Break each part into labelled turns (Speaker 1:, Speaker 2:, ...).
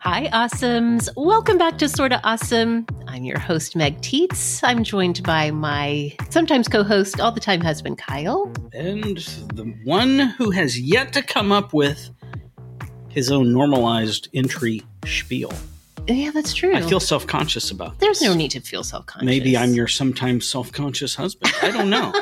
Speaker 1: Hi, awesomes. Welcome back to Sorta Awesome. I'm your host, Meg Teets. I'm joined by my sometimes co host, all the time husband, Kyle.
Speaker 2: And the one who has yet to come up with his own normalized entry spiel.
Speaker 1: Yeah, that's true.
Speaker 2: I feel self conscious about
Speaker 1: Hmm. There's
Speaker 2: this.
Speaker 1: no need to feel self conscious.
Speaker 2: Maybe I'm your sometimes self conscious husband. I don't know.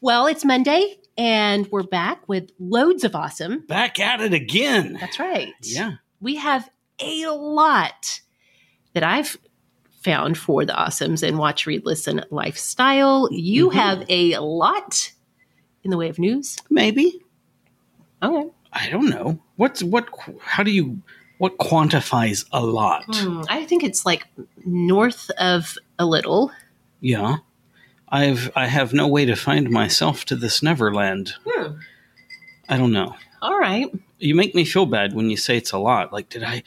Speaker 1: Well, it's Monday, and we're back with loads of awesome.
Speaker 2: Back at it again.
Speaker 1: That's right.
Speaker 2: Yeah.
Speaker 1: We have a lot that I've found for the awesomes and watch, read, listen lifestyle. You
Speaker 2: Mhm.
Speaker 1: have a lot in the way of news.
Speaker 2: Maybe.
Speaker 1: Okay.
Speaker 2: I don't know. What's what? qu- How do you? What quantifies a lot?
Speaker 1: Hmm, I think it's like north of a little.
Speaker 2: Yeah. I've I have no way to find myself to this Neverland.
Speaker 1: Hmm.
Speaker 2: I don't know.
Speaker 1: All right.
Speaker 2: You make me feel bad when you say it's a lot. Like, did I?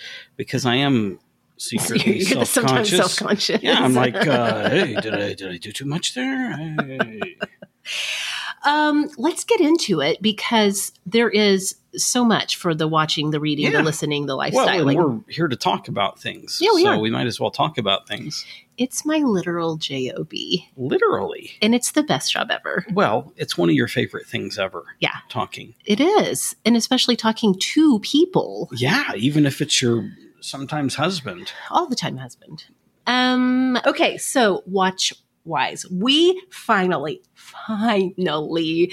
Speaker 2: Because I am secretly
Speaker 1: You're
Speaker 2: self
Speaker 1: sometimes self
Speaker 2: conscious.
Speaker 1: conscious.
Speaker 2: Yeah, I'm like, uh, hey, did I did I do too much there? I-
Speaker 1: Um, let's get into it because there is so much for the watching, the reading,
Speaker 2: Yeah.
Speaker 1: the listening, the
Speaker 2: well, and
Speaker 1: lifestyling.
Speaker 2: we're here to talk about things,
Speaker 1: Yeah, we
Speaker 2: so
Speaker 1: are.
Speaker 2: we might as well talk about things
Speaker 1: it's my literal job,
Speaker 2: literally.
Speaker 1: and it's the best job ever.
Speaker 2: Well, it's one of your favorite things ever.
Speaker 1: Yeah.
Speaker 2: talking.
Speaker 1: It is, and especially talking to people
Speaker 2: Yeah, even if it's your sometimes husband.
Speaker 1: all the time, husband. Um, okay, so watch wise, we finally, finally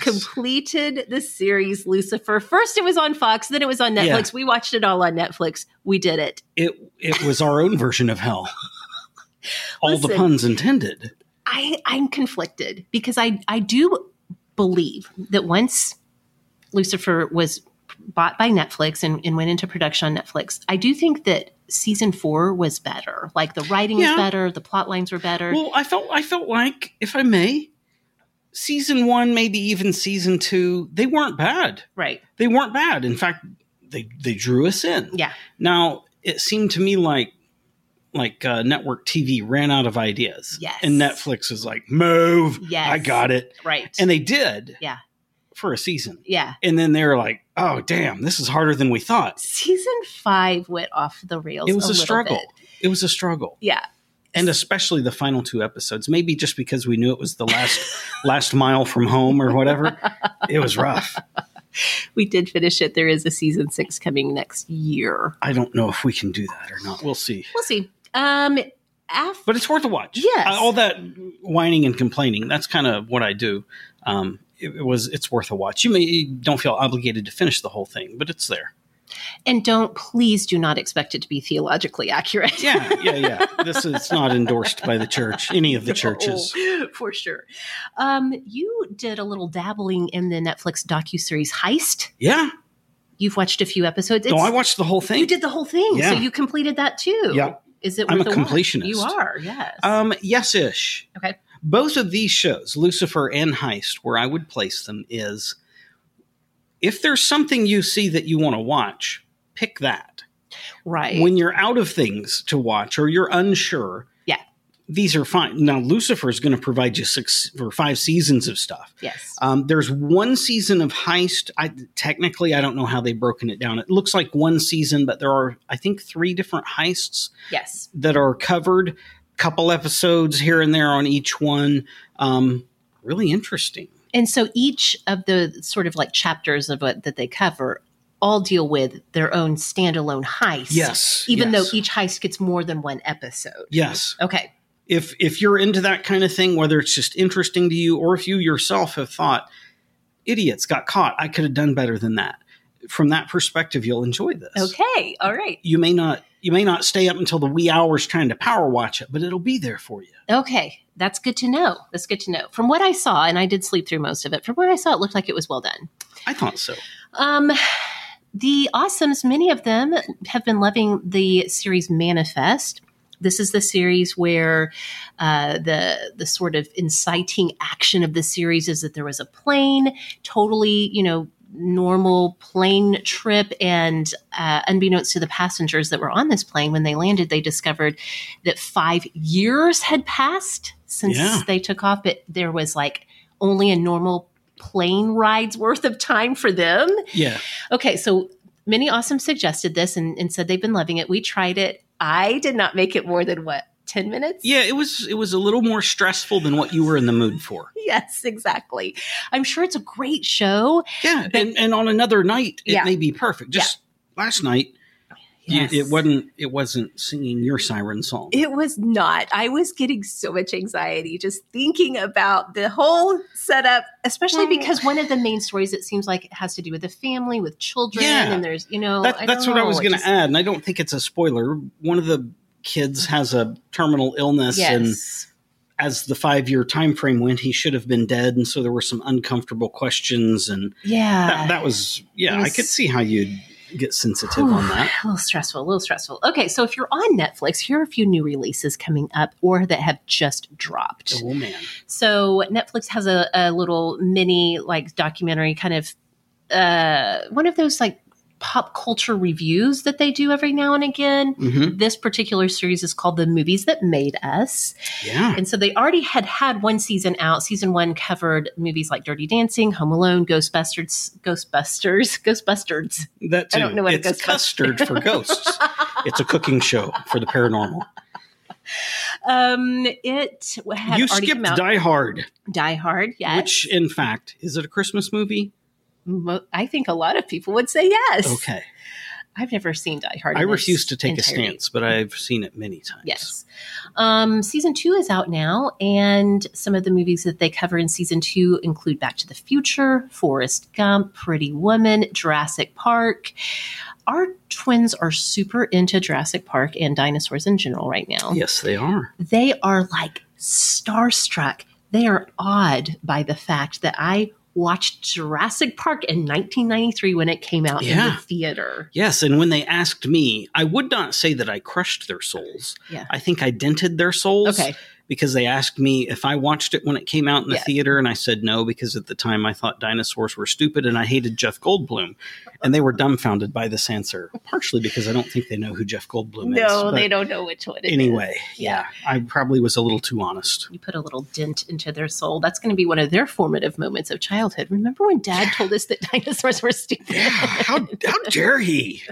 Speaker 1: completed the series Lucifer. First, it was on Fox, then it was on Netflix.
Speaker 2: Yeah.
Speaker 1: We watched it all on Netflix. We did it.
Speaker 2: It it was our own version of hell. All the
Speaker 1: Listen.
Speaker 2: puns intended.
Speaker 1: I I'm conflicted because I I do believe that once Lucifer was bought by Netflix and, and went into production on Netflix, I do think that season four was better. Like the writing
Speaker 2: Yeah.
Speaker 1: was better, the plot lines were better.
Speaker 2: Well, I felt I felt like, if I may, season one, maybe even season two, they weren't bad.
Speaker 1: right.
Speaker 2: they weren't bad. In fact, they they drew us in.
Speaker 1: Yeah.
Speaker 2: Now it seemed to me like like uh, network TV ran out of ideas.
Speaker 1: Yes.
Speaker 2: And Netflix was like, move.
Speaker 1: Yes.
Speaker 2: I got it.
Speaker 1: Right.
Speaker 2: And they did.
Speaker 1: Yeah.
Speaker 2: For a season.
Speaker 1: yeah.
Speaker 2: And then they were like, oh damn, this is harder than we thought.
Speaker 1: Season five went off the rails.
Speaker 2: It was a,
Speaker 1: little
Speaker 2: struggle.
Speaker 1: bit.
Speaker 2: It was a struggle.
Speaker 1: Yeah.
Speaker 2: And especially the final two episodes, maybe just because we knew it was the last last mile from home or whatever. It was rough.
Speaker 1: We did finish it. There is a season six coming next year.
Speaker 2: I don't know if we can do that or not. We'll see.
Speaker 1: We'll see. Um after
Speaker 2: but it's worth a watch.
Speaker 1: Yes.
Speaker 2: Uh, all that whining and complaining—that's kind of what I do. Um, it, it was. It's worth a watch. You may you don't feel obligated to finish the whole thing, but it's there.
Speaker 1: and don't please do not expect it to be theologically accurate.
Speaker 2: Yeah, yeah, yeah. this is not endorsed by the church, any of the churches.
Speaker 1: No, Oh, for sure. Um, you did a little dabbling in the Netflix docuseries Heist.
Speaker 2: Yeah.
Speaker 1: You've watched a few episodes.
Speaker 2: no, I
Speaker 1: It's-
Speaker 2: watched the whole thing.
Speaker 1: you did the whole thing,
Speaker 2: Yeah.
Speaker 1: so you completed that too.
Speaker 2: Yeah.
Speaker 1: Is it?
Speaker 2: I'm
Speaker 1: worth
Speaker 2: a
Speaker 1: the watch?
Speaker 2: completionist.
Speaker 1: You are. Yes.
Speaker 2: Um, yes, ish.
Speaker 1: Okay.
Speaker 2: Both of these shows, Lucifer and Heist, where I would place them is, if there's something you see that you want to watch, pick that.
Speaker 1: right.
Speaker 2: when you're out of things to watch or you're unsure.
Speaker 1: Yeah.
Speaker 2: These are fine. Now, Lucifer is going to provide you six or five seasons of stuff.
Speaker 1: yes.
Speaker 2: Um, there's one season of Heist. I, technically, I don't know how they've broken it down. It looks like one season, but there are, I think, three different heists
Speaker 1: yes.
Speaker 2: that are covered, couple episodes here and there on each one. Um, really interesting.
Speaker 1: And so each of the sort of like chapters of what that they cover all deal with their own standalone heist.
Speaker 2: Yes.
Speaker 1: Even
Speaker 2: yes.
Speaker 1: though e- each heist gets more than one episode.
Speaker 2: Yes.
Speaker 1: Okay.
Speaker 2: if if you're into that kind of thing whether it's just interesting to you or if you yourself have thought idiots got caught i could have done better than that from that perspective you'll enjoy this
Speaker 1: Okay. All right.
Speaker 2: you may not you may not stay up until the wee hours trying to power watch it but it'll be there for you
Speaker 1: Okay, that's good to know. That's good to know. From what I saw, and I did sleep through most of it. From what I saw, it looked like it was well done.
Speaker 2: i thought so
Speaker 1: Um, the awesomes, many of them have been loving the series Manifest. This is the series where uh, the the sort of inciting action of the series is that there was a plane, totally, you know. Normal plane trip, and uh, unbeknownst to the passengers that were on this plane, when they landed, they discovered that five years had passed since
Speaker 2: Yeah.
Speaker 1: they took off, but there was like only a normal plane ride's worth of time for them.
Speaker 2: yeah
Speaker 1: Okay, so many awesome suggested this and, and said they've been loving it. We tried it. I did not make it more than what ten minutes.
Speaker 2: Yeah, it was it was a little more stressful than what you were in the mood for.
Speaker 1: Yes, exactly. I'm sure it's a great show.
Speaker 2: Yeah, and, and on another night it
Speaker 1: Yeah.
Speaker 2: may be perfect. Just last night, y-
Speaker 1: Yes.
Speaker 2: it wasn't it wasn't singing your siren song.
Speaker 1: It was not. I was getting so much anxiety just thinking about the whole setup, especially
Speaker 2: Well-
Speaker 1: because one of the main stories it seems like it has to do with the family, with children,
Speaker 2: Yeah.
Speaker 1: and there's you know
Speaker 2: That-
Speaker 1: I
Speaker 2: that's
Speaker 1: don't
Speaker 2: what I
Speaker 1: know,
Speaker 2: was
Speaker 1: it
Speaker 2: going
Speaker 1: just-
Speaker 2: to add, and I don't think it's a spoiler. One of the kids has a terminal illness, and
Speaker 1: Yes,
Speaker 2: as the five year time frame went, he should have been dead, and so there were some uncomfortable questions, and
Speaker 1: yeah,
Speaker 2: that, that was yeah.
Speaker 1: it
Speaker 2: I could
Speaker 1: was-
Speaker 2: see how you'd get sensitive
Speaker 1: Whew,
Speaker 2: on that.
Speaker 1: A little stressful, a little stressful. Okay, so if you're on Netflix, here are a few new releases coming up or that have just dropped.
Speaker 2: Oh man,
Speaker 1: So Netflix has a, a little mini like documentary kind of uh, one of those like pop culture reviews that they do every now and again.
Speaker 2: hmm
Speaker 1: This particular series is called The Movies That Made Us.
Speaker 2: yeah,
Speaker 1: And so they already had had one season out. Season one covered movies like Dirty Dancing, Home Alone, Ghostbusters, Ghostbusters, Ghostbusters.
Speaker 2: that too.
Speaker 1: I don't know what a
Speaker 2: it's
Speaker 1: ghost
Speaker 2: custard for ghosts. It's a cooking show for the paranormal.
Speaker 1: Um, it had
Speaker 2: you
Speaker 1: already
Speaker 2: skipped
Speaker 1: come out.
Speaker 2: Die Hard,
Speaker 1: Die Hard, yes.
Speaker 2: which in fact is it a Christmas movie?
Speaker 1: Mo- I think a lot of people would say yes.
Speaker 2: Okay,
Speaker 1: I've never seen Die Hard.
Speaker 2: I
Speaker 1: in its
Speaker 2: refuse to take
Speaker 1: entirety.
Speaker 2: a stance, but I've seen it many times.
Speaker 1: Yes. Um, season two is out now, and some of the movies that they cover in season two include Back to the Future, Forrest Gump, Pretty Woman, Jurassic Park. Our twins are super into Jurassic Park and dinosaurs in general right now.
Speaker 2: Yes, they are.
Speaker 1: they are like starstruck. They are awed by the fact that I watched Jurassic Park in 1993 when it came out in
Speaker 2: Yeah.
Speaker 1: the theater.
Speaker 2: Yes, and when they asked me, I would not say that I crushed their souls.
Speaker 1: Yeah.
Speaker 2: I think I dented their souls
Speaker 1: Okay.
Speaker 2: because they asked me if I watched it when it came out in the
Speaker 1: Yeah.
Speaker 2: theater, and I said no because at the time I thought dinosaurs were stupid and I hated Jeff Goldblum, and they were dumbfounded by this answer. Partially because I don't think they know who Jeff Goldblum is.
Speaker 1: No, they
Speaker 2: but
Speaker 1: don't know which one it is.
Speaker 2: Anyway, yeah, I probably was a little too honest.
Speaker 1: You put a little dent into their soul. That's going to be one of their formative moments of childhood. Remember when dad told us that dinosaurs were stupid?
Speaker 2: how how dare he?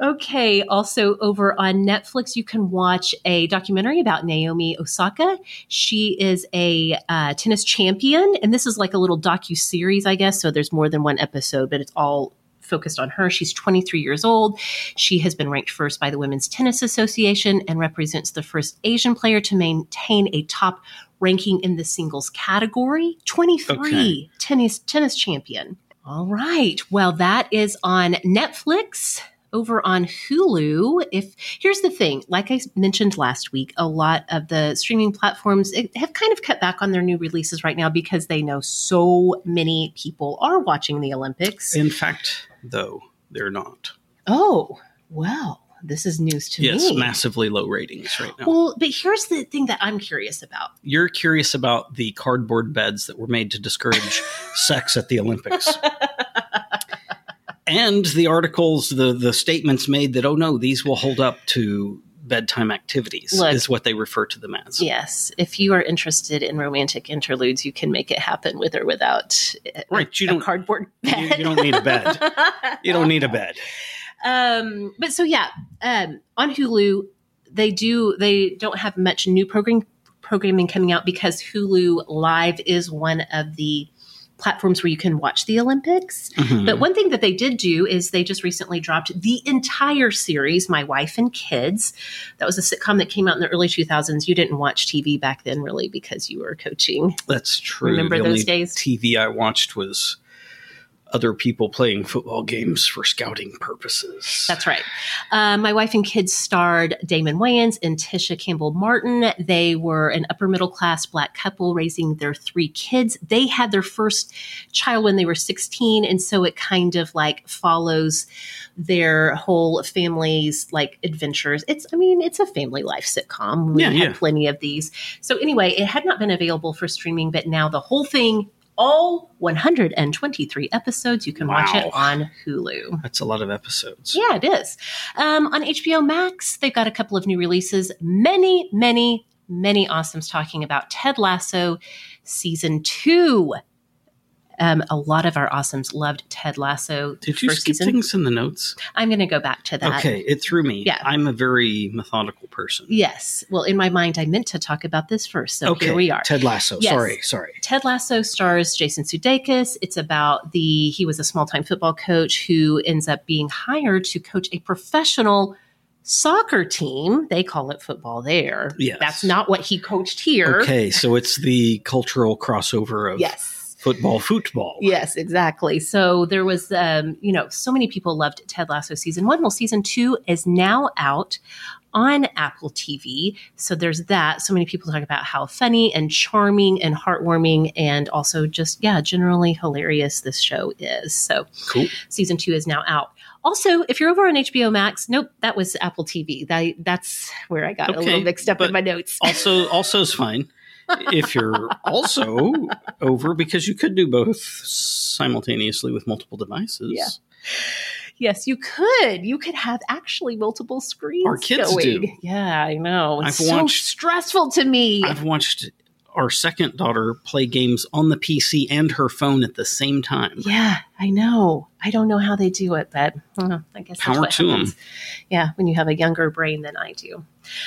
Speaker 1: Okay, also over on Netflix, you can watch a documentary about Naomi Osaka. She is a uh, tennis champion, and this is like a little docu series, I guess. So there's more than one episode, but it's all focused on her. She's 23 years old. She has been ranked first by the Women's Tennis Association and represents the first Asian player to maintain a top ranking in the singles category. 23
Speaker 2: Okay.
Speaker 1: tennis tennis champion. All right. Well, that is on Netflix over on Hulu. If here's the thing, like I mentioned last week, a lot of the streaming platforms eh, have kind of cut back on their new releases right now because they know so many people are watching the Olympics.
Speaker 2: In fact, though, they're not.
Speaker 1: oh, well, this is news to
Speaker 2: Yes,
Speaker 1: me.
Speaker 2: massively low ratings right now.
Speaker 1: Well, but here's the thing that I'm curious about.
Speaker 2: You're curious about the cardboard beds that were made to discourage sex at the Olympics. and the articles, the the statements made that oh no, these will hold up to bedtime activities
Speaker 1: Look.
Speaker 2: is what they refer to them as.
Speaker 1: Yes, if you are interested in romantic interludes, you can make it happen with or without a-
Speaker 2: Right, you
Speaker 1: a
Speaker 2: don't-
Speaker 1: cardboard
Speaker 2: You,
Speaker 1: bed.
Speaker 2: you don't need a bed. You don't need a bed.
Speaker 1: um but so yeah um on hulu they do they don't have much new program programming coming out because hulu live is one of the platforms where you can watch the olympics
Speaker 2: Mm-hmm.
Speaker 1: but one thing that they did do is they just recently dropped the entire series my wife and kids that was a sitcom that came out in the early 2000s you didn't watch tv back then really because you were coaching
Speaker 2: That's true.
Speaker 1: remember
Speaker 2: the
Speaker 1: those
Speaker 2: only
Speaker 1: days?
Speaker 2: TV I watched was other people playing football games for scouting purposes.
Speaker 1: That's right. Uh, my wife and kids starred Damon Wayans and Tisha Campbell Martin. They were an upper middle class black couple raising their three kids. They had their first child when they were 16. And so it kind of like follows their whole family's like adventures. It's, I mean, it's a family life sitcom. We
Speaker 2: Yeah,
Speaker 1: had
Speaker 2: yeah.
Speaker 1: plenty of these. So anyway, it had not been available for streaming, but now the whole thing. All 123 episodes. You can watch
Speaker 2: Wow.
Speaker 1: it on Hulu.
Speaker 2: That's a lot of episodes.
Speaker 1: Yeah, it is. Um, on HBO Max, they've got a couple of new releases. Many, many, many awesomes talking about Ted Lasso season two. Um, a lot of our awesomes loved Ted Lasso.
Speaker 2: Did you
Speaker 1: first
Speaker 2: skip
Speaker 1: season.
Speaker 2: things in the notes?
Speaker 1: I'm going to go back to that.
Speaker 2: Okay, it threw me.
Speaker 1: Yeah.
Speaker 2: I'm a very methodical person.
Speaker 1: Yes. Well, in my mind, I meant to talk about this first. So
Speaker 2: okay,
Speaker 1: here we are.
Speaker 2: Ted Lasso.
Speaker 1: Yes.
Speaker 2: Sorry, sorry.
Speaker 1: Ted Lasso stars Jason Sudeikis. It's about the he was a small-time football coach who ends up being hired to coach a professional soccer team. They call it football there.
Speaker 2: Yes.
Speaker 1: That's not what he coached here.
Speaker 2: Okay, so it's the cultural crossover of
Speaker 1: Yes.
Speaker 2: football, football.
Speaker 1: Yes, exactly. So there was, um, you know, so many people loved Ted Lasso season one. Well, season two is now out on Apple TV. So there's that. So many people talk about how funny and charming and heartwarming and also just, yeah, generally hilarious this show is. So
Speaker 2: Cool.
Speaker 1: season two is now out. Also, if you're over on HBO Max, nope, that was Apple TV. That, that's where I got a
Speaker 2: Okay,
Speaker 1: little mixed up in
Speaker 2: but-
Speaker 1: my notes.
Speaker 2: Also, also's fine if you're also over because you could do both simultaneously with multiple devices.
Speaker 1: Yeah. Yes, you could. You could have actually multiple screens.
Speaker 2: Our kids
Speaker 1: going.
Speaker 2: do.
Speaker 1: Yeah, I know. It's
Speaker 2: I've
Speaker 1: so
Speaker 2: watched-
Speaker 1: stressful to me.
Speaker 2: I've watched our second daughter play games on the PC and her phone at the same time.
Speaker 1: yeah, I know. I don't know how they do it, but uh, I guess that's
Speaker 2: Power
Speaker 1: what
Speaker 2: to 'em.
Speaker 1: happens. Yeah, when you have a younger brain than I do.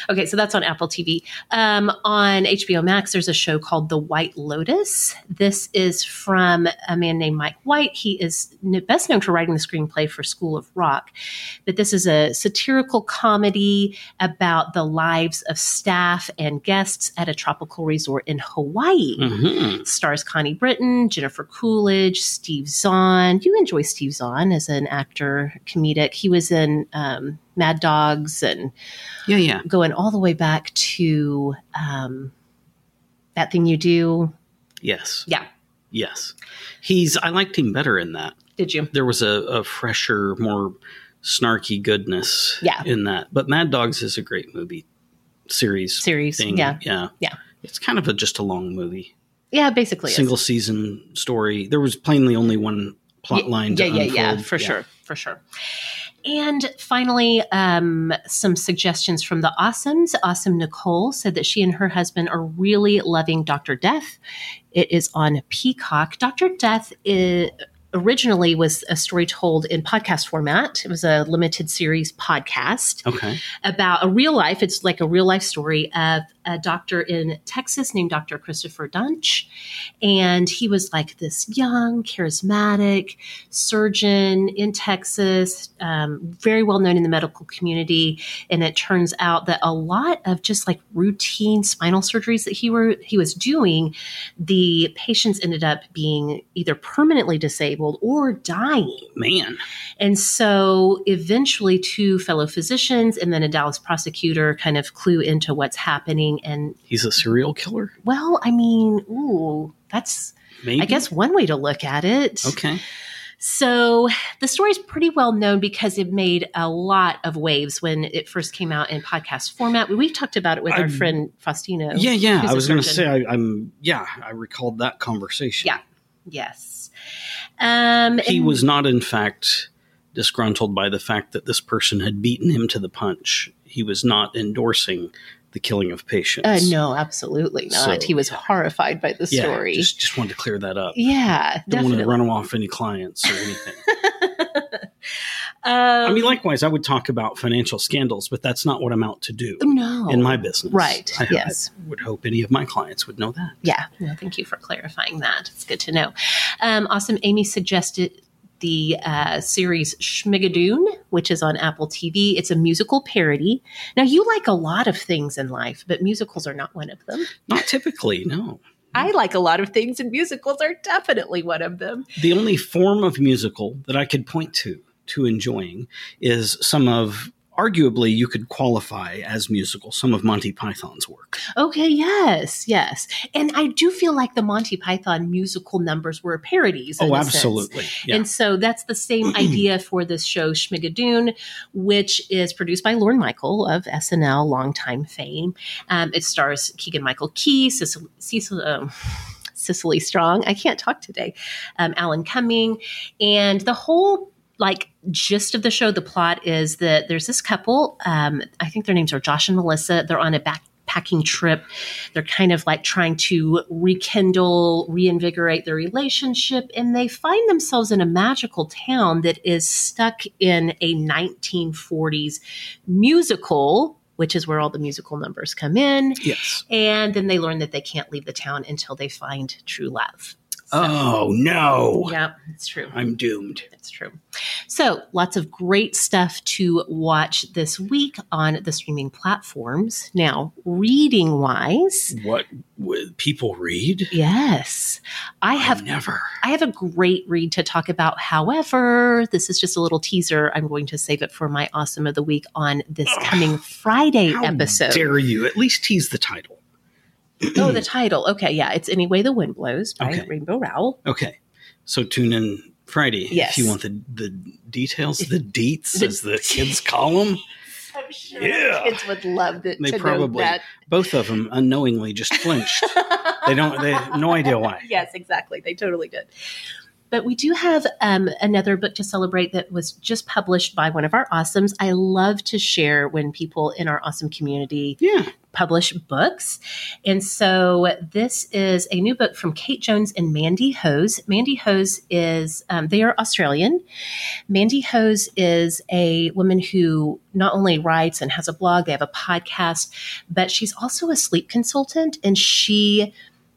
Speaker 1: Okay, so that's on Apple TV. Um, on HBO Max, there's a show called The White Lotus. This is from a man named Mike White. He is kn- best known for writing the screenplay for School of Rock, but this is a satirical comedy about the lives of staff and guests at a tropical resort in Hawaii.
Speaker 2: Mhm.
Speaker 1: Stars Connie Britton, Jennifer Coolidge, Steve Zahn. You enjoy Steve Zahn as an actor, comedic. He was in um, Mad Dogs and
Speaker 2: Yeah, yeah.
Speaker 1: going all the way back to um, that thing you do.
Speaker 2: Yes.
Speaker 1: Yeah.
Speaker 2: Yes. He's, I liked him better in that.
Speaker 1: Did you?
Speaker 2: There was a, a fresher, more snarky goodness
Speaker 1: Yeah.
Speaker 2: in that. But Mad Dogs is a great movie series
Speaker 1: Series.
Speaker 2: thing.
Speaker 1: Yeah.
Speaker 2: Yeah.
Speaker 1: Yeah.
Speaker 2: It's kind of a, just a long movie.
Speaker 1: Yeah, basically.
Speaker 2: Single season story. There was plainly only one plot line
Speaker 1: Yeah,
Speaker 2: to
Speaker 1: yeah, yeah,
Speaker 2: unfold.
Speaker 1: for sure. For sure. And finally, um, some suggestions from the Awesomes. Awesome Nicole said that she and her husband are really loving Dr. Death. It is on Peacock. Dr. Death i- originally was a story told in podcast format, it was a limited series podcast.
Speaker 2: Okay.
Speaker 1: about a real life. It's like a real life story of a doctor in Texas named Dr. Christopher Dunch. And he was like this young, charismatic surgeon in Texas, um, very well known in the medical community. And it turns out that a lot of just like routine spinal surgeries that he were he was doing, the patients ended up being either permanently disabled or dying.
Speaker 2: Man.
Speaker 1: And so eventually, two fellow physicians and then a Dallas prosecutor kind of clue into what's happening. And
Speaker 2: He's a serial killer?
Speaker 1: well, I mean, ooh, that's,
Speaker 2: Maybe.
Speaker 1: I guess, one way to look at it.
Speaker 2: Okay.
Speaker 1: So the story is pretty well known because it made a lot of waves when it first came out in podcast format. We talked about it with our
Speaker 2: I'm-
Speaker 1: friend Faustino.
Speaker 2: Yeah, yeah.
Speaker 1: who's
Speaker 2: I
Speaker 1: a
Speaker 2: was going to say,
Speaker 1: surgeon.
Speaker 2: I, I'm, yeah, I recalled that conversation.
Speaker 1: Yeah. Yes. Um,
Speaker 2: He
Speaker 1: and-
Speaker 2: was not, in fact, disgruntled by the fact that this person had beaten him to the punch. He was not endorsing the killing of patients.
Speaker 1: Uh, no, absolutely not.
Speaker 2: So-
Speaker 1: he was horrified by the
Speaker 2: yeah,
Speaker 1: story.
Speaker 2: Just, just wanted to clear that up.
Speaker 1: yeah,
Speaker 2: Don't
Speaker 1: definitely.
Speaker 2: want to run off any clients or anything.
Speaker 1: Um,
Speaker 2: I mean, likewise, I would talk about financial scandals, but that's not what I'm out to do
Speaker 1: no,
Speaker 2: in my business.
Speaker 1: Right,
Speaker 2: I, I
Speaker 1: yes.
Speaker 2: would hope any of my clients would know that.
Speaker 1: yeah. No, thank you for clarifying that. It's good to know. Um, awesome. Amy suggested the uh, series Schmigadoon, which is on Apple TV. It's a musical parody. Now, you like a lot of things in life, but musicals are not one of them.
Speaker 2: Not typically, no.
Speaker 1: I like a lot of things, and musicals are definitely one of them.
Speaker 2: the only form of musical that I could point to to enjoying is some of arguably you could qualify as musical some of Monty Python's work.
Speaker 1: Okay, yes, yes. And I do feel like the Monty Python musical numbers were parodies. in
Speaker 2: oh,
Speaker 1: a sense.
Speaker 2: absolutely. Yeah.
Speaker 1: And so that's the same idea for this show, Schmigadoon, which is produced by Lorne Michael of SNL, longtime fame. Um, it stars Keegan Michael Key, Cecil, Cecil, um, Cicely Strong. I can't talk today. Um, Alan Cumming. And the whole like gist of the show, the plot is that there's this couple. Um, I think their names are Josh and Melissa. They're on a backpacking backpacking trip. They're kind of like trying to rekindle, reinvigorate their relationship, and they find themselves in a magical town that is stuck in a 1940s musical which is where all the musical numbers come in.
Speaker 2: Yes.
Speaker 1: And then they learn that they can't leave the town until they find true love.
Speaker 2: Oh no.
Speaker 1: Yeah, it's true.
Speaker 2: I'm doomed.
Speaker 1: It's true. So, lots of great stuff to watch this week on the streaming platforms. Now, reading wise,
Speaker 2: What would people read?
Speaker 1: yes, I have
Speaker 2: never.
Speaker 1: I have a great read to talk about. However, this is just a little teaser. I'm going to save it for my awesome of the week on this
Speaker 2: Ugh.
Speaker 1: coming Friday
Speaker 2: How
Speaker 1: episode.
Speaker 2: dare you? At least tease the title.
Speaker 1: oh, the title. Okay, yeah, it's Any Way the Wind Blows by
Speaker 2: Okay.
Speaker 1: Rainbow Rowell.
Speaker 2: Okay. So tune in Friday
Speaker 1: Yes.
Speaker 2: if you want the the details, the deets,
Speaker 1: The
Speaker 2: as the kids call them.
Speaker 1: I'm sure
Speaker 2: Yeah.
Speaker 1: kids would love that,
Speaker 2: They
Speaker 1: to
Speaker 2: probably-
Speaker 1: know
Speaker 2: Both of them unknowingly just flinched.
Speaker 1: that.
Speaker 2: they don't. They have no idea why.
Speaker 1: yes, exactly. They totally did. But we do have um, another book to celebrate that was just published by one of our awesomes. I love to share when people in our awesome community
Speaker 2: Yeah.
Speaker 1: publish books. And so this is a new book from Kate Jones and Mandy Hose. Mandy Hose is, um, they are Australian. Mandy Hose is a woman who not only writes and has a blog, they have a podcast, but she's also a sleep consultant and she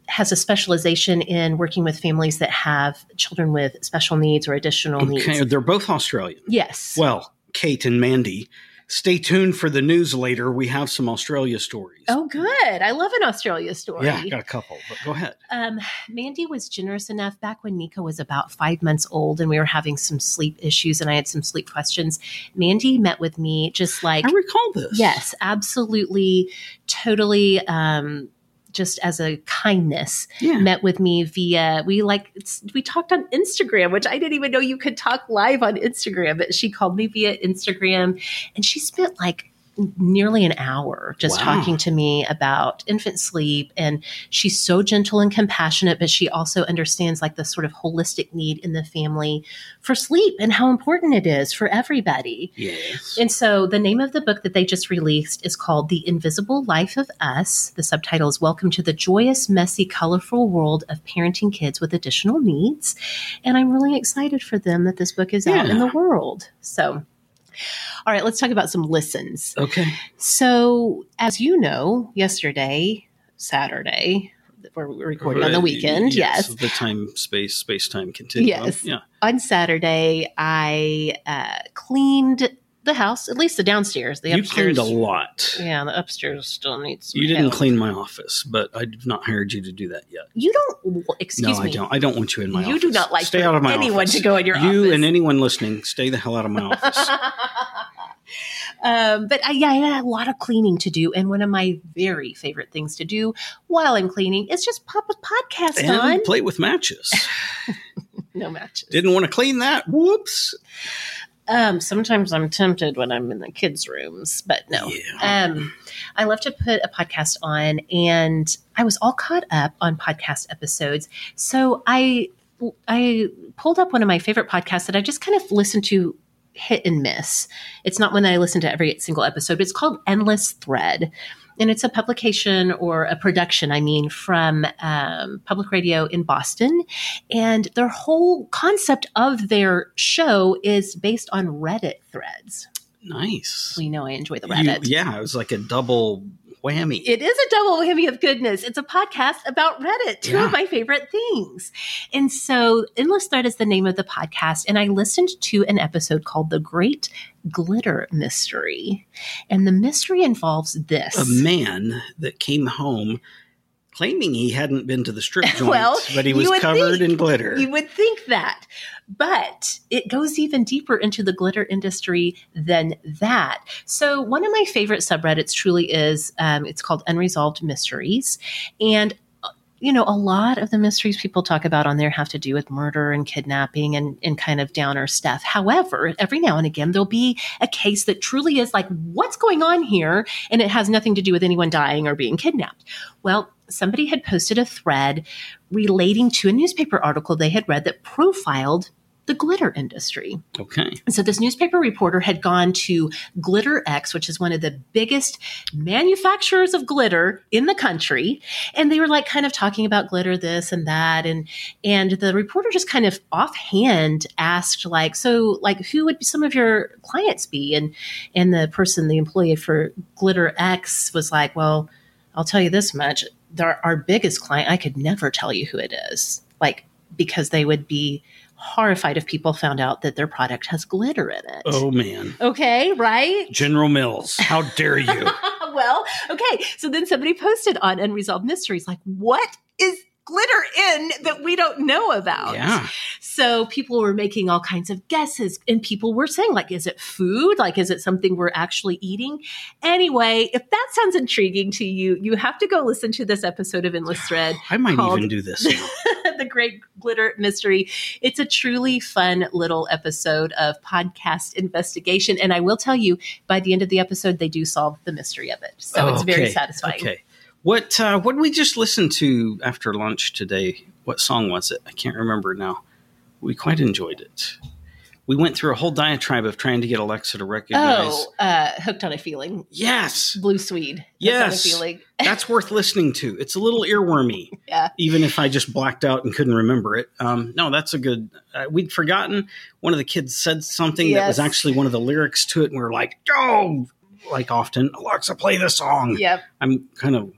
Speaker 1: has a specialization in working with families that have children with special needs or additional
Speaker 2: Okay.
Speaker 1: needs.
Speaker 2: They're both Australian.
Speaker 1: Yes.
Speaker 2: Well, Kate and Mandy, stay tuned for the news later. We have some Australia stories.
Speaker 1: Oh, good. I love an Australia story.
Speaker 2: Yeah, got a couple, but go ahead.
Speaker 1: Um, Mandy was generous enough back when Nico was about five months old and we were having some sleep issues and I had some sleep questions. Mandy met with me just like,
Speaker 2: I recall this.
Speaker 1: yes, absolutely, totally, um, just as a kindness,
Speaker 2: Yeah.
Speaker 1: met with me via we like it's, we talked on Instagram, which I didn't even know you could talk live on Instagram. But she called me via Instagram, and she spent like nearly an hour just
Speaker 2: Wow.
Speaker 1: talking to me about infant sleep and she's so gentle and compassionate but she also understands like the sort of holistic need in the family for sleep and how important it is for everybody
Speaker 2: Yes.
Speaker 1: and so the name of the book that they just released is called The Invisible Life of Us. The subtitle is Welcome to the Joyous, Messy, Colorful World of Parenting Kids with Additional Needs. And I'm really excited for them that this book is out in the world. So, all right, let's talk about some listens.
Speaker 2: okay.
Speaker 1: So, as you know, yesterday, Saturday, we're recording on the
Speaker 2: Uh,
Speaker 1: weekend. yes
Speaker 2: The time, space, space time continuum.
Speaker 1: Yes.
Speaker 2: Yeah.
Speaker 1: on Saturday, I uh, cleaned the house, at least the downstairs. The
Speaker 2: you
Speaker 1: upstairs,
Speaker 2: cleaned a lot.
Speaker 1: yeah, the upstairs still needs. Some
Speaker 2: You didn't
Speaker 1: help.
Speaker 2: clean my office, but I've not hired you to do that yet.
Speaker 1: You don't. Excuse
Speaker 2: no,
Speaker 1: me.
Speaker 2: I don't. I don't want you in my
Speaker 1: you
Speaker 2: office.
Speaker 1: do not like
Speaker 2: stay
Speaker 1: for
Speaker 2: out of my
Speaker 1: anyone
Speaker 2: office.
Speaker 1: to go in your office.
Speaker 2: you and anyone listening, stay the hell out of my office.
Speaker 1: um, but I, yeah, I had a lot of cleaning to do, and one of my very favorite things to do while I'm cleaning is just pop a podcast
Speaker 2: and
Speaker 1: on.
Speaker 2: play with matches.
Speaker 1: No matches.
Speaker 2: Didn't want to clean that. Whoops.
Speaker 1: Um, sometimes I'm tempted when I'm in the kids' rooms, but no.
Speaker 2: Yeah.
Speaker 1: Um, I love to put a podcast on, and I was all caught up on podcast episodes. So I I pulled up one of my favorite podcasts that I just kind of listened to hit and miss. It's not one that I listen to every single episode, but it's called Endless Thread. And it's a publication or a production, I mean, from um, public radio in Boston. And their whole concept of their show is based on Reddit threads.
Speaker 2: nice.
Speaker 1: We know I enjoy the
Speaker 2: You-
Speaker 1: Reddit.
Speaker 2: yeah, it was like a double whammy.
Speaker 1: It is a double whammy of goodness. It's a podcast about Reddit, two
Speaker 2: Yeah.
Speaker 1: of my favorite things. And so, Endless Thread is the name of the podcast. And I listened to an episode called The Great Glitter Mystery. And the mystery involves this.
Speaker 2: a man that came home claiming he hadn't been to the strip joint,
Speaker 1: Well,
Speaker 2: but he
Speaker 1: you
Speaker 2: was
Speaker 1: would
Speaker 2: covered
Speaker 1: think-
Speaker 2: in glitter.
Speaker 1: You would think that. But it goes even deeper into the glitter industry than that. So, one of my favorite subreddits truly is um, it's called Unresolved Mysteries. And uh, you know, a lot of the mysteries people talk about on there have to do with murder and kidnapping and, and kind of downer stuff. However, every now and again, there'll be a case that truly is like, what's going on here? And it has nothing to do with anyone dying or being kidnapped. Well, somebody had posted a thread relating to a newspaper article they had read that profiled the glitter industry.
Speaker 2: Okay.
Speaker 1: And so this newspaper reporter had gone to Glitter X, which is one of the biggest manufacturers of glitter in the country, and they were like kind of talking about glitter this and that and and the reporter just kind of offhand asked like so like who would some of your clients be and and the person the employee for Glitter X was like, "Well, I'll tell you this much, our, our biggest client, I could never tell you who it is." Like because they would be horrified if people found out that their product has glitter in it.
Speaker 2: Oh man.
Speaker 1: Okay, right?
Speaker 2: General Mills, how dare you?
Speaker 1: well, okay. So then somebody posted on Unresolved Mysteries, like, what is glitter in that we don't know about?
Speaker 2: yeah.
Speaker 1: So people were making all kinds of guesses, and people were saying, like, is it food? Like, is it something we're actually eating? Anyway, if that sounds intriguing to you, you have to go listen to this episode of Endless Thread.
Speaker 2: I might
Speaker 1: Called-
Speaker 2: even do this. now.
Speaker 1: the Great Glitter Mystery. It's a truly fun little episode of podcast investigation. And I will tell you, by the end of the episode, they do solve the mystery of it. So it's very
Speaker 2: Okay.
Speaker 1: satisfying.
Speaker 2: Okay. What uh, what did we just listen to after lunch today? What song was it? I can't remember now. We quite enjoyed it. We went through a whole diatribe of trying to get Alexa to recognize.
Speaker 1: Oh, uh, hooked on a feeling.
Speaker 2: Yes,
Speaker 1: Blue Swede. Hooked
Speaker 2: Yes.
Speaker 1: On a feeling.
Speaker 2: that's worth listening to. It's a little earwormy,
Speaker 1: Yeah.
Speaker 2: even if I just blacked out and couldn't remember it. Um, no, that's a good. Uh, we'd forgotten. One of the kids said something that was
Speaker 1: Yes.
Speaker 2: actually one of the lyrics to it, and we were like, "Oh!" Like often, Alexa, play the song.
Speaker 1: Yep.
Speaker 2: I'm kind of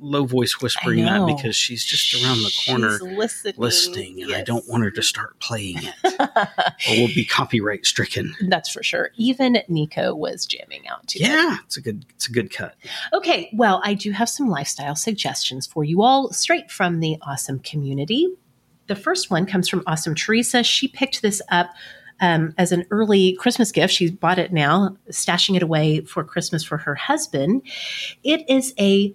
Speaker 2: low voice whispering
Speaker 1: I
Speaker 2: that
Speaker 1: know.
Speaker 2: because she's just around the corner
Speaker 1: She's listening.
Speaker 2: listening, and I
Speaker 1: Yes.
Speaker 2: don't want her to start playing it, or we'll be copyright stricken.
Speaker 1: That's for sure. Even Nico was jamming out to it.
Speaker 2: Yeah, it's a good it's a good cut.
Speaker 1: Okay, well, I do have some lifestyle suggestions for you all straight from the awesome community. The first one comes from Awesome Teresa. She picked this up um, as an early Christmas gift. She bought it now, stashing it away for Christmas for her husband. It is a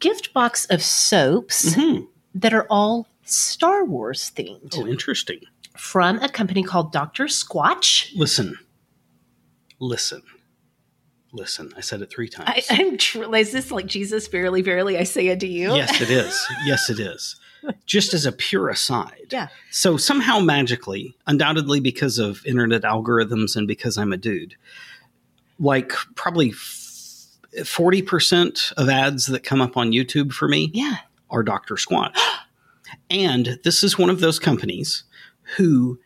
Speaker 1: gift box of soaps
Speaker 2: Mhm.
Speaker 1: that are all Star Wars themed
Speaker 2: Oh, interesting.
Speaker 1: from a company called Dr. Squatch.
Speaker 2: Listen, listen, listen. I said it three
Speaker 1: I,
Speaker 2: times.
Speaker 1: I'm tr- is this like Jesus? Verily, verily, I say unto you.
Speaker 2: yes, it is. Yes, it is. Just as a pure aside.
Speaker 1: Yeah.
Speaker 2: So somehow magically, undoubtedly because of internet algorithms and because I'm a dude, like probably forty percent of ads that come up on YouTube for me
Speaker 1: Yeah.
Speaker 2: are Dr. Squatch. and this is one of those companies who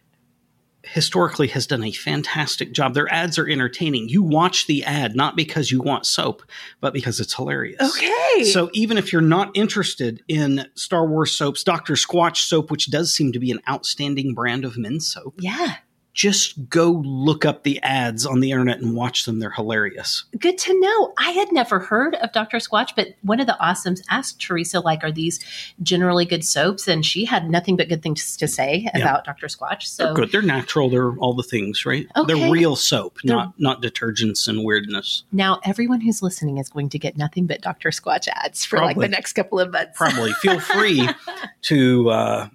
Speaker 2: historically has done a fantastic job. Their ads are entertaining. You watch the ad not because you want soap, but because it's hilarious.
Speaker 1: Okay.
Speaker 2: So even if you're not interested in Star Wars soaps, Dr. Squatch soap, which does seem to be an outstanding brand of men's soap,
Speaker 1: yeah.
Speaker 2: just go look up the ads on the internet and watch them. They're hilarious.
Speaker 1: good to know. I had never heard of Dr. Squatch, but one of the awesomes asked Teresa, like, are these generally good soaps? And she had nothing but good things to say
Speaker 2: Yeah.
Speaker 1: about Dr. Squatch. So
Speaker 2: They're good. They're natural. They're all the things, right? They're
Speaker 1: Oh. Okay.
Speaker 2: real soap,
Speaker 1: They're-
Speaker 2: not not detergents and weirdness.
Speaker 1: now everyone who's listening is going to get nothing but Dr. Squatch ads for like
Speaker 2: Probably.
Speaker 1: the next couple of months.
Speaker 2: Probably feel free to uh,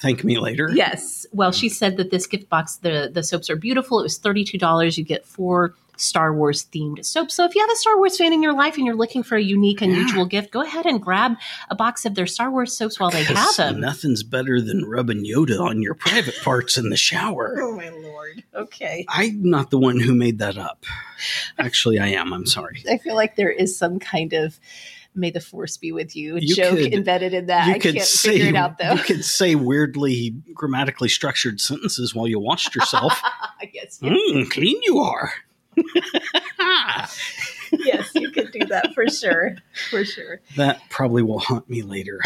Speaker 2: thank me later.
Speaker 1: Yes. Well, she said that this gift box, the the soaps are beautiful. It was thirty two dollars. You get four Star Wars themed soaps. So if you have a Star Wars fan in your life and you're looking for a unique, unusual gift, go ahead and grab a box of their Star Wars soaps while they have
Speaker 2: 'Cause
Speaker 1: them.
Speaker 2: Nothing's better than rubbing Yoda on your private parts in the shower.
Speaker 1: my lord. Okay.
Speaker 2: I'm not the one who made that up. Actually, I am. I'm sorry.
Speaker 1: I feel like there is some kind of "May the Force be with you"
Speaker 2: You
Speaker 1: joke
Speaker 2: could-
Speaker 1: embedded in that. I can't figure it out though.
Speaker 2: You could say weirdly grammatically structured sentences while you watched yourself.
Speaker 1: I guess you,
Speaker 2: mm, clean you are. Hmm?
Speaker 1: yes, you could do that for sure, for sure.
Speaker 2: that probably will haunt me later.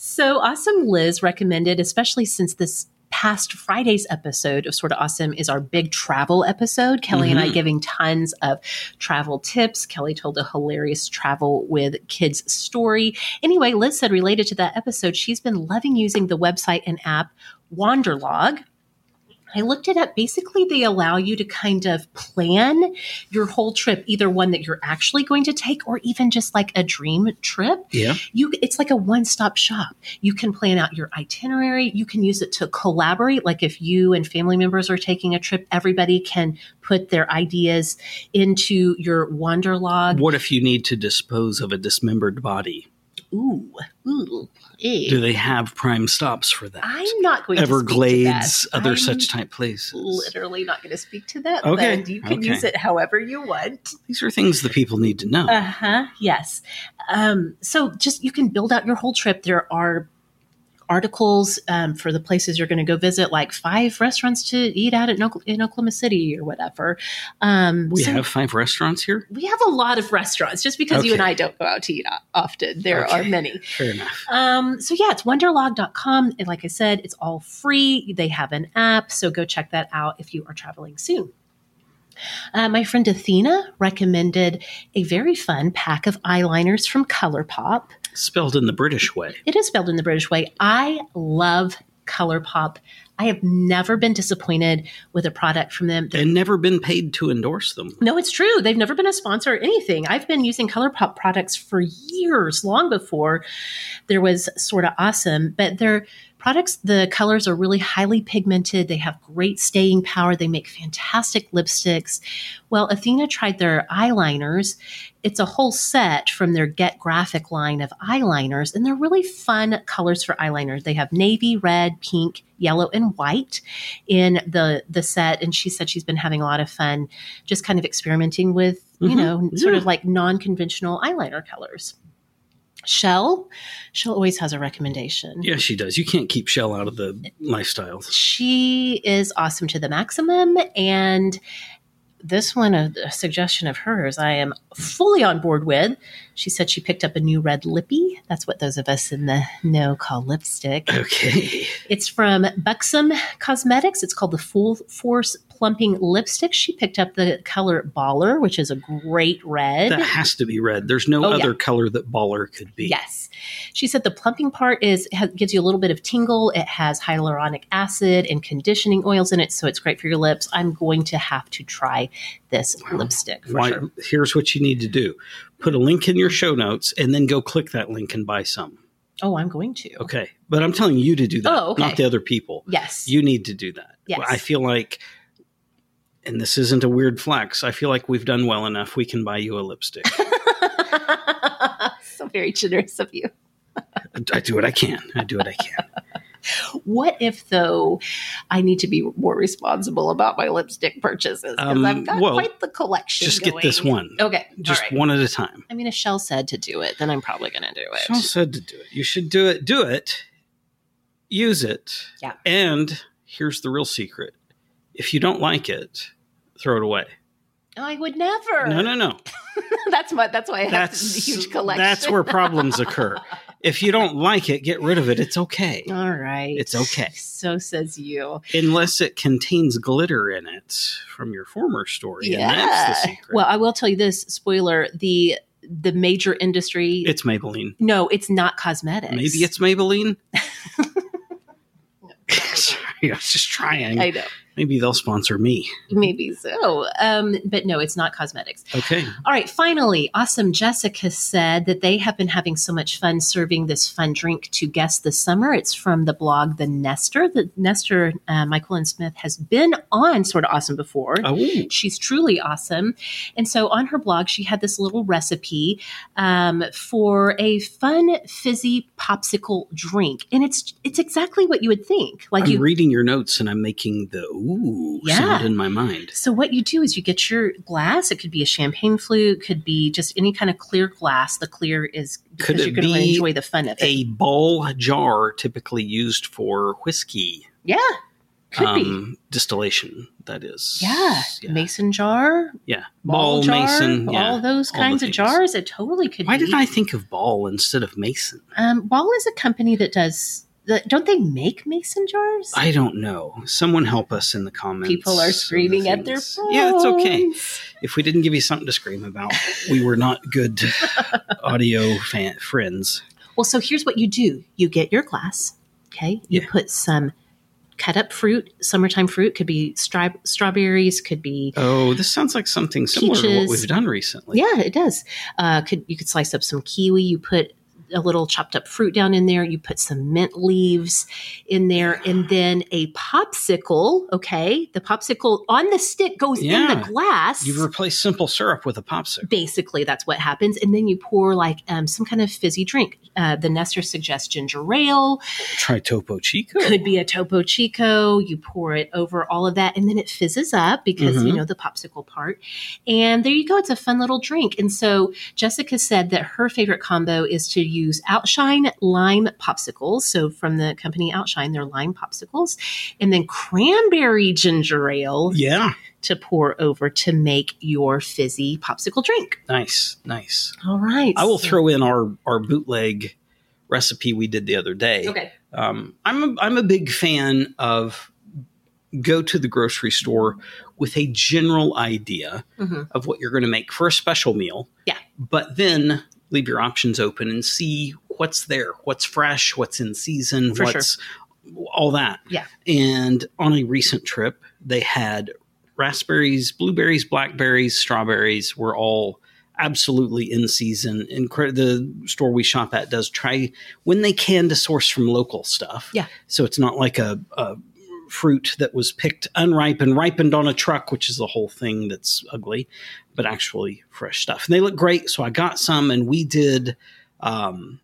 Speaker 1: So awesome, Liz recommended, especially since this past Friday's episode of Sort of Awesome is our big travel episode. Kelly and I
Speaker 2: Mhm.
Speaker 1: giving tons of travel tips. Kelly told a hilarious travel with kids story. Anyway, Liz said related to that episode, she's been loving using the website and app Wanderlog. I looked it up. Basically, they allow you to kind of plan your whole trip, either one that you're actually going to take or even just like a dream trip
Speaker 2: Yeah.
Speaker 1: you it's like a one-stop shop you can plan out your itinerary you can use it to collaborate like if you and family members are taking a trip everybody can put their ideas into your wander log
Speaker 2: Uh, What if you need to dispose of a dismembered body?
Speaker 1: ooh, ooh, eh.
Speaker 2: Do they have prime stops for that?
Speaker 1: I'm not going to
Speaker 2: Everglades,
Speaker 1: speak to that.
Speaker 2: other
Speaker 1: I'm
Speaker 2: such type places.
Speaker 1: Literally not going to speak to that.
Speaker 2: Okay,
Speaker 1: but you can
Speaker 2: okay.
Speaker 1: use it however you want.
Speaker 2: These are things the people need to know.
Speaker 1: Uh huh. Yes. Um, so just you can build out your whole trip. There are articles um, for the places you're going to go visit, like five restaurants to eat at in, Ok- in Oklahoma City or whatever. Um,
Speaker 2: we
Speaker 1: so
Speaker 2: have five restaurants here.
Speaker 1: we have a lot of restaurants just because you
Speaker 2: Okay.
Speaker 1: and I don't go out to eat o- often. There
Speaker 2: Okay.
Speaker 1: are many.
Speaker 2: Fair enough.
Speaker 1: Um, so yeah, it's wonderlog.com. And like I said, it's all free. They have an app. So go check that out if you are traveling soon. Uh, my friend Athena recommended a very fun pack of eyeliners from ColourPop.
Speaker 2: Spelled in the British way.
Speaker 1: It is spelled in the British way. I love ColourPop. I have never been disappointed with a product from them. They're
Speaker 2: and never been paid to endorse them.
Speaker 1: No, it's true. They've never been a sponsor or anything. I've been using ColourPop products for years, long before there was sort of awesome. But their products, the colors are really highly pigmented. They have great staying power. They make fantastic lipsticks. Well, Athena tried their eyeliners. It's a whole set from their Get Graphic line of eyeliners, and they're really fun colors for eyeliners. They have navy, red, pink, yellow, and white in the the set. And she said she's been having a lot of fun just kind of experimenting with, you
Speaker 2: Mhm.
Speaker 1: know, sort
Speaker 2: Yeah.
Speaker 1: of like non-conventional eyeliner colors. Shell, Shell always has a recommendation.
Speaker 2: Yeah, she does. You can't keep Shell out of the lifestyles.
Speaker 1: She is awesome to the maximum. And this one, a, a suggestion of hers, I am fully on board with. She said she picked up a new red lippy. That's what those of us in the know call lipstick.
Speaker 2: Okay.
Speaker 1: It's from Buxom Cosmetics. It's called the Full Force Plumping Lipstick. She picked up the color Baller, which is a great red.
Speaker 2: That has to be red. There's no
Speaker 1: Oh, yeah.
Speaker 2: other color that baller could be.
Speaker 1: Yes. She said the plumping part is ha- gives you a little bit of tingle. It has hyaluronic acid and conditioning oils in it, so it's great for your lips. I'm going to have to try this lipstick for
Speaker 2: Why,
Speaker 1: sure.
Speaker 2: Here's what you need to do put a link in your show notes and then go click that link and buy some.
Speaker 1: Oh, I'm going to.
Speaker 2: Okay. But I'm telling you to do that,
Speaker 1: Oh, okay.
Speaker 2: not the other people.
Speaker 1: Yes.
Speaker 2: You need to do that.
Speaker 1: Yes.
Speaker 2: I feel like, and this isn't a weird flex, I feel like we've done well enough. We can buy you a lipstick.
Speaker 1: so very generous of you.
Speaker 2: I do what I can. I do what I can.
Speaker 1: What if though I need to be more responsible about my lipstick purchases because
Speaker 2: Um,
Speaker 1: I've got
Speaker 2: well,
Speaker 1: quite the collection.
Speaker 2: Just get
Speaker 1: going.
Speaker 2: this one.
Speaker 1: Okay.
Speaker 2: Just
Speaker 1: Oh, All right.
Speaker 2: one at a time.
Speaker 1: I mean, if Shell said to do it, then I'm probably going to do it.
Speaker 2: Shell said to do it. You should do it. Do it. Use it.
Speaker 1: Yeah.
Speaker 2: And here's the real secret: if you don't like it, throw it away.
Speaker 1: I would never.
Speaker 2: No, no, no.
Speaker 1: that's my that's why I have
Speaker 2: That's
Speaker 1: a huge collection.
Speaker 2: That's where problems occur. If you don't like it, get rid of it. It's okay,
Speaker 1: All right.
Speaker 2: It's okay.
Speaker 1: So says you.
Speaker 2: unless it contains glitter in it from your former story. And that's the secret.
Speaker 1: Well, I will tell you this spoiler, the the major industry
Speaker 2: it's Maybelline.
Speaker 1: no, it's not cosmetics.
Speaker 2: Maybe it's Maybelline.
Speaker 1: No, it's not.
Speaker 2: Sorry, I was just trying.
Speaker 1: I know.
Speaker 2: Maybe they'll sponsor me.
Speaker 1: Maybe so. Um, but no, it's not cosmetics.
Speaker 2: Okay.
Speaker 1: All right, finally, awesome Jessica said that they have been having so much fun serving this fun drink to guests this summer. It's from the blog The Nester. The Nester, uh, Michael and Smith, has been on Sort of Awesome before.
Speaker 2: Oh,
Speaker 1: She's truly awesome. And so on her blog, she had this little recipe um, for a fun fizzy popsicle drink, and it's it's exactly what you would think. Like
Speaker 2: I'm
Speaker 1: you.
Speaker 2: reading your notes and I'm making the ooh
Speaker 1: Yeah.
Speaker 2: sound in my mind.
Speaker 1: so what you do is you get your glass. It could be a champagne flute, could be just any kind of clear glass. The clear is
Speaker 2: Could
Speaker 1: because
Speaker 2: it
Speaker 1: you're going to
Speaker 2: be
Speaker 1: enjoy the fun of it.
Speaker 2: A ball jar typically used for whiskey
Speaker 1: yeah, could
Speaker 2: um,
Speaker 1: be.
Speaker 2: distillation, that is.
Speaker 1: Yeah. mason jar,
Speaker 2: yeah.
Speaker 1: ball,
Speaker 2: Ball,
Speaker 1: jar,
Speaker 2: mason. yeah.
Speaker 1: all those
Speaker 2: all the
Speaker 1: kinds of
Speaker 2: things.
Speaker 1: jars. It totally could
Speaker 2: Why
Speaker 1: be.
Speaker 2: did I think of ball instead of mason?
Speaker 1: Um, Ball is a company that does. that- Don't they make mason jars?
Speaker 2: I don't know. Someone help us in the comments.
Speaker 1: People are
Speaker 2: of the
Speaker 1: screaming at their
Speaker 2: things.
Speaker 1: phones.
Speaker 2: Yeah, it's okay. If we didn't give you something to scream about, we were not good audio fan- friends.
Speaker 1: Well, so here's what you do: you get your glass. Okay, you
Speaker 2: Yeah.
Speaker 1: put some cut up fruit, summertime fruit could be stri- strawberries, could be.
Speaker 2: Oh, this sounds like something similar to what
Speaker 1: Peaches.
Speaker 2: we've done recently.
Speaker 1: Yeah, it does. Uh, could you could slice up some kiwi? You put a little chopped up fruit down in there. You put some mint leaves in there and then a popsicle. Okay. The popsicle on the stick goes
Speaker 2: Yeah.
Speaker 1: in the glass.
Speaker 2: You replace simple syrup with a popsicle.
Speaker 1: Basically, that's what happens. And then you pour like um, some kind of fizzy drink. Uh, the Nestor suggests ginger ale,
Speaker 2: Try Topo Chico.
Speaker 1: could be a Topo Chico. You pour it over all of that, and then it fizzes up because you
Speaker 2: Mhm.
Speaker 1: know the popsicle part. And there you go. It's a fun little drink. And so Jessica said that her favorite combo is to use Outshine lime popsicles. So from the company Outshine, they're lime popsicles, and then cranberry ginger ale
Speaker 2: Yeah.
Speaker 1: to pour over to make your fizzy popsicle drink.
Speaker 2: Nice. Nice.
Speaker 1: All right.
Speaker 2: I will
Speaker 1: So-
Speaker 2: throw in our, our bootleg recipe we did the other day.
Speaker 1: Okay.
Speaker 2: Um, I'm a, I'm a big fan of go to the grocery store with a general idea
Speaker 1: hmm
Speaker 2: of what you're going to make for a special meal.
Speaker 1: Yeah.
Speaker 2: But then leave your options open and see what's there, what's fresh, what's in season,
Speaker 1: For sure.
Speaker 2: what's all that.
Speaker 1: Yeah.
Speaker 2: And on a recent trip, they had raspberries, blueberries, blackberries, strawberries were all absolutely in season. And cre- the store we shop at does try when they can to source from local stuff.
Speaker 1: Yeah.
Speaker 2: So it's not like a, a fruit that was picked unripe and ripened on a truck, which is the whole thing that's ugly, but actually fresh stuff. And they look great. So I got some and we did. Um,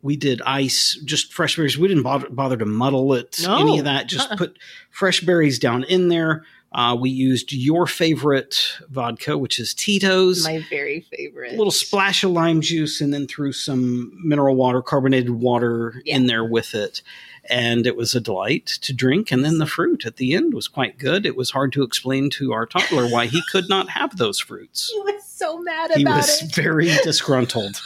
Speaker 2: we did ice, just fresh berries. We didn't bother, bother to muddle it,
Speaker 1: No.
Speaker 2: any of that. Just
Speaker 1: Uh-uh.
Speaker 2: put fresh berries down in there. Uh, we used your favorite vodka, which is Tito's
Speaker 1: My very favorite.
Speaker 2: a little splash of lime juice and then threw some mineral water, carbonated water
Speaker 1: Yeah.
Speaker 2: in there with it. And it was a delight to drink. And then the fruit at the end was quite good. It was hard to explain to our toddler why he could not have those fruits.
Speaker 1: He was so mad
Speaker 2: He
Speaker 1: about
Speaker 2: was
Speaker 1: it.
Speaker 2: very disgruntled.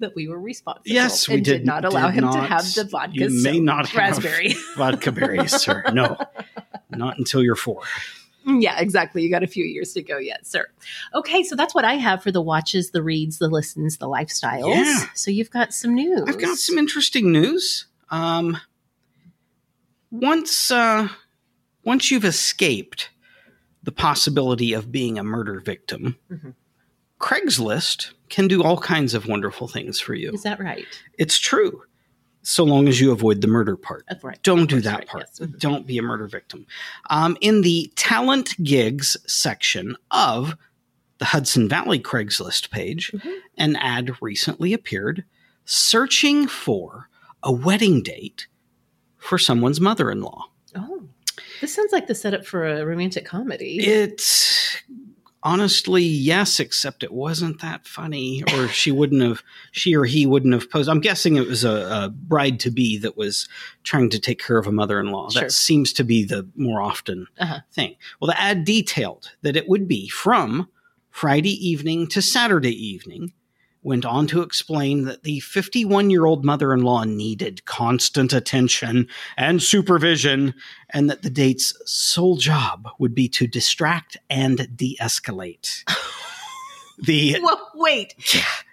Speaker 1: that we were responsible.
Speaker 2: yes, we
Speaker 1: and
Speaker 2: did,
Speaker 1: did not allow
Speaker 2: did
Speaker 1: him to
Speaker 2: not-
Speaker 1: have the vodka
Speaker 2: You may
Speaker 1: soda
Speaker 2: not have
Speaker 1: raspberry.
Speaker 2: vodka berries, sir. No, not until you're four.
Speaker 1: yeah, exactly. You got a few years to go yet, sir. Okay, so that's what I have for the watches, the reads, the listens, the lifestyles.
Speaker 2: Yeah.
Speaker 1: So you've got some news.
Speaker 2: I've got some interesting news. Um, once uh, once you've escaped the possibility of being a murder victim,
Speaker 1: Mhm.
Speaker 2: Craigslist can do all kinds of wonderful things for you.
Speaker 1: Is that right?
Speaker 2: It's true, so long as you avoid the murder part.
Speaker 1: That's right.
Speaker 2: Don't do
Speaker 1: That's
Speaker 2: that
Speaker 1: right,
Speaker 2: part.
Speaker 1: yes. Mhm.
Speaker 2: Don't be a murder victim. Um, in the talent gigs section of the Hudson Valley Craigslist page,
Speaker 1: Mhm.
Speaker 2: an ad recently appeared searching for a wedding date for someone's mother in law.
Speaker 1: Oh, this sounds like the setup for a romantic comedy.
Speaker 2: It's honestly, yes, except it wasn't that funny, or she wouldn't have, she or he wouldn't have posed. I'm guessing it was a, a bride to be that was trying to take care of a mother in law.
Speaker 1: Sure.
Speaker 2: That seems to be the more often
Speaker 1: Uh-huh.
Speaker 2: thing. Well, the ad detailed that it would be from Friday evening to Saturday evening. Went on to explain that the 51 year old mother in law needed constant attention and supervision and that the date's sole job would be to distract and de escalate. the
Speaker 1: well, wait.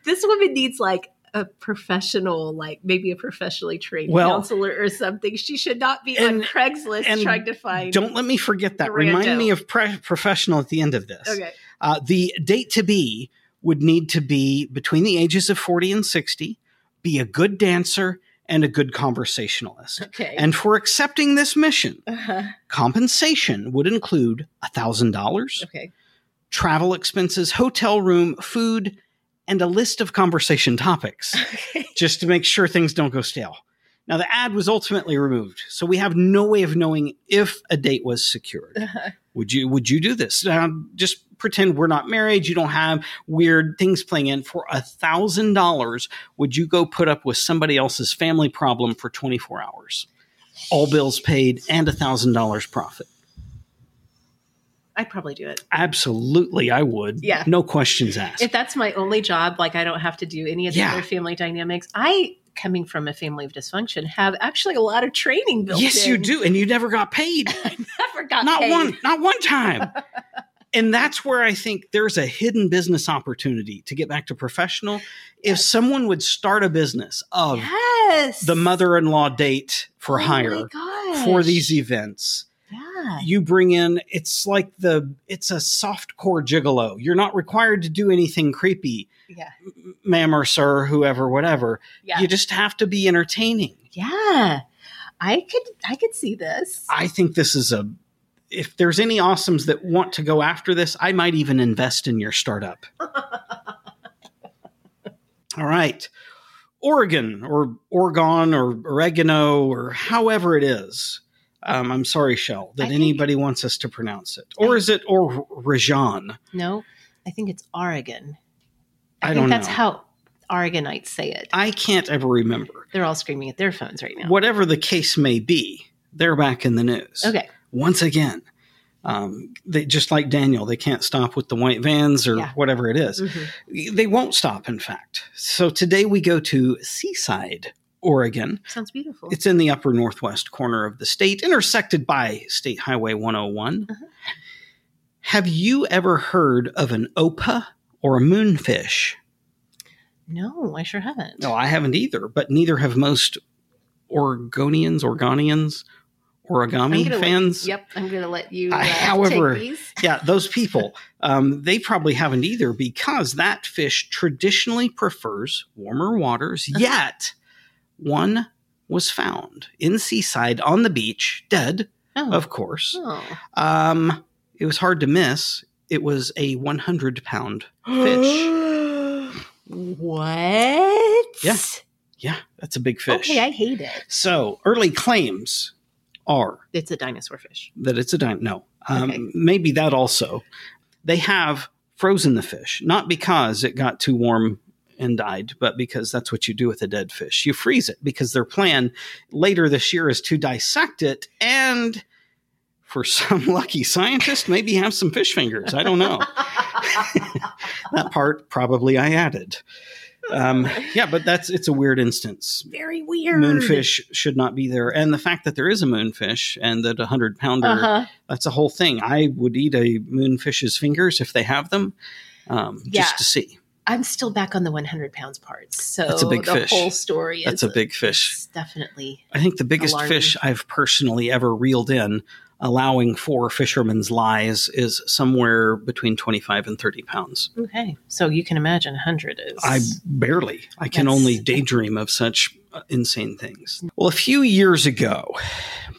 Speaker 1: This woman needs like a professional, like maybe a professionally trained
Speaker 2: Well-
Speaker 1: counselor or something. She should not be on
Speaker 2: And-
Speaker 1: Craigslist
Speaker 2: and
Speaker 1: trying to find.
Speaker 2: don't let me forget that.
Speaker 1: Rando.
Speaker 2: Remind me of pre- professional at the end of this.
Speaker 1: okay.
Speaker 2: Uh, the date to be would need to be between the ages of 40 and 60, be a good dancer, and a good conversationalist.
Speaker 1: Okay.
Speaker 2: And for accepting this mission,
Speaker 1: uh-huh.
Speaker 2: compensation would include $1,000,
Speaker 1: okay.
Speaker 2: travel expenses, hotel room, food, and a list of conversation topics.
Speaker 1: Okay.
Speaker 2: just to make sure things don't go stale. Now, the ad was ultimately removed, so we have no way of knowing if a date was secured. Would you would you do this? Um, just pretend we're not married. You don't have weird things playing in. For a thousand dollars, would you go put up with somebody else's family problem for twenty four hours? All bills paid and a thousand dollars profit.
Speaker 1: I'd probably do it.
Speaker 2: Absolutely, I would.
Speaker 1: Yeah.
Speaker 2: no questions asked.
Speaker 1: If that's my only job, like I don't have to do any of the
Speaker 2: Yeah.
Speaker 1: other family dynamics. I, coming from a family of dysfunction, have actually a lot of training built
Speaker 2: yes,
Speaker 1: in.
Speaker 2: you do, and you never got paid.
Speaker 1: I forgot.
Speaker 2: not
Speaker 1: paid.
Speaker 2: one not one time and that's where i think there's a hidden business opportunity to get back to professional if someone would start a business of
Speaker 1: Yes.
Speaker 2: the mother-in-law date for
Speaker 1: Oh my
Speaker 2: hire
Speaker 1: gosh.
Speaker 2: for these events
Speaker 1: Yeah. God.
Speaker 2: you bring in it's like the it's a soft core gigolo you're not required to do anything creepy
Speaker 1: Yeah.
Speaker 2: ma'am or sir whoever whatever
Speaker 1: Yeah.
Speaker 2: you just have to be entertaining
Speaker 1: yeah. I could I could see this.
Speaker 2: i think this is a if there's any awesomes that want to go after this i might even invest in your startup all right oregon or oregon or oregano or however it is um, i'm sorry shell
Speaker 1: I
Speaker 2: that
Speaker 1: think-
Speaker 2: anybody wants us to pronounce it or is it or rajan
Speaker 1: No, I think it's Oregon.
Speaker 2: I
Speaker 1: think
Speaker 2: don't
Speaker 1: that's
Speaker 2: know.
Speaker 1: how Oregonites say it.
Speaker 2: I can't ever remember.
Speaker 1: They're all screaming at their phones right now.
Speaker 2: Whatever the case may be, they're back in the news.
Speaker 1: Okay.
Speaker 2: Once again, um, they, just like Daniel, they can't stop with the white vans or
Speaker 1: Yeah.
Speaker 2: whatever it is.
Speaker 1: Mhm.
Speaker 2: They won't stop, in fact. So today we go to Seaside, Oregon.
Speaker 1: Sounds beautiful.
Speaker 2: It's in the upper northwest corner of the state, intersected by State Highway 101.
Speaker 1: Uh-huh.
Speaker 2: Have you ever heard of an OPA or a moonfish?
Speaker 1: no, I sure haven't.
Speaker 2: No, I haven't either, but neither have most Oregonians, Oregonians,
Speaker 1: I'm
Speaker 2: origami
Speaker 1: gonna let-
Speaker 2: fans.
Speaker 1: Yep, I'm going to let you. Uh,
Speaker 2: I- however-
Speaker 1: take these.
Speaker 2: Yeah, those people, um, they probably haven't either because that fish traditionally prefers warmer waters.
Speaker 1: Uh-huh.
Speaker 2: Yet, one was found in Seaside on the beach, dead,
Speaker 1: Oh.
Speaker 2: of course.
Speaker 1: Oh.
Speaker 2: Um, it was hard to miss. It was a 100 pound
Speaker 1: fish. what?
Speaker 2: Yeah, Yeah, that's a big fish.
Speaker 1: Okay, I hate it.
Speaker 2: so, early claims are
Speaker 1: It's a dinosaur fish.
Speaker 2: that it's a dino. No, um,
Speaker 1: Okay.
Speaker 2: maybe that also. They have frozen the fish, not because it got too warm and died, but because that's what you do with a dead fish. You freeze it because their plan later this year is to dissect it and. For some lucky scientist, maybe have some fish fingers. I don't know. that part probably I added. Um, yeah, but that's it's a weird instance.
Speaker 1: Very weird.
Speaker 2: Moonfish should not be there, and the fact that there is a moonfish and that a hundred pounder
Speaker 1: Uh huh.
Speaker 2: that's a whole thing. I would eat a moonfish's fingers if they have them, um,
Speaker 1: Yeah.
Speaker 2: just to see.
Speaker 1: I'm still back on the 100 pounds parts. So
Speaker 2: That's a big
Speaker 1: the
Speaker 2: fish.
Speaker 1: whole story
Speaker 2: That's
Speaker 1: is
Speaker 2: a big fish.
Speaker 1: it's definitely.
Speaker 2: I think the biggest
Speaker 1: Alarming.
Speaker 2: fish I've personally ever reeled in, allowing for fishermen's lies, is somewhere between 25 and 30 pounds.
Speaker 1: Okay. So you can imagine 100 is.
Speaker 2: I barely. I can
Speaker 1: That's-
Speaker 2: only daydream of such uh, insane things. Well, a few years ago,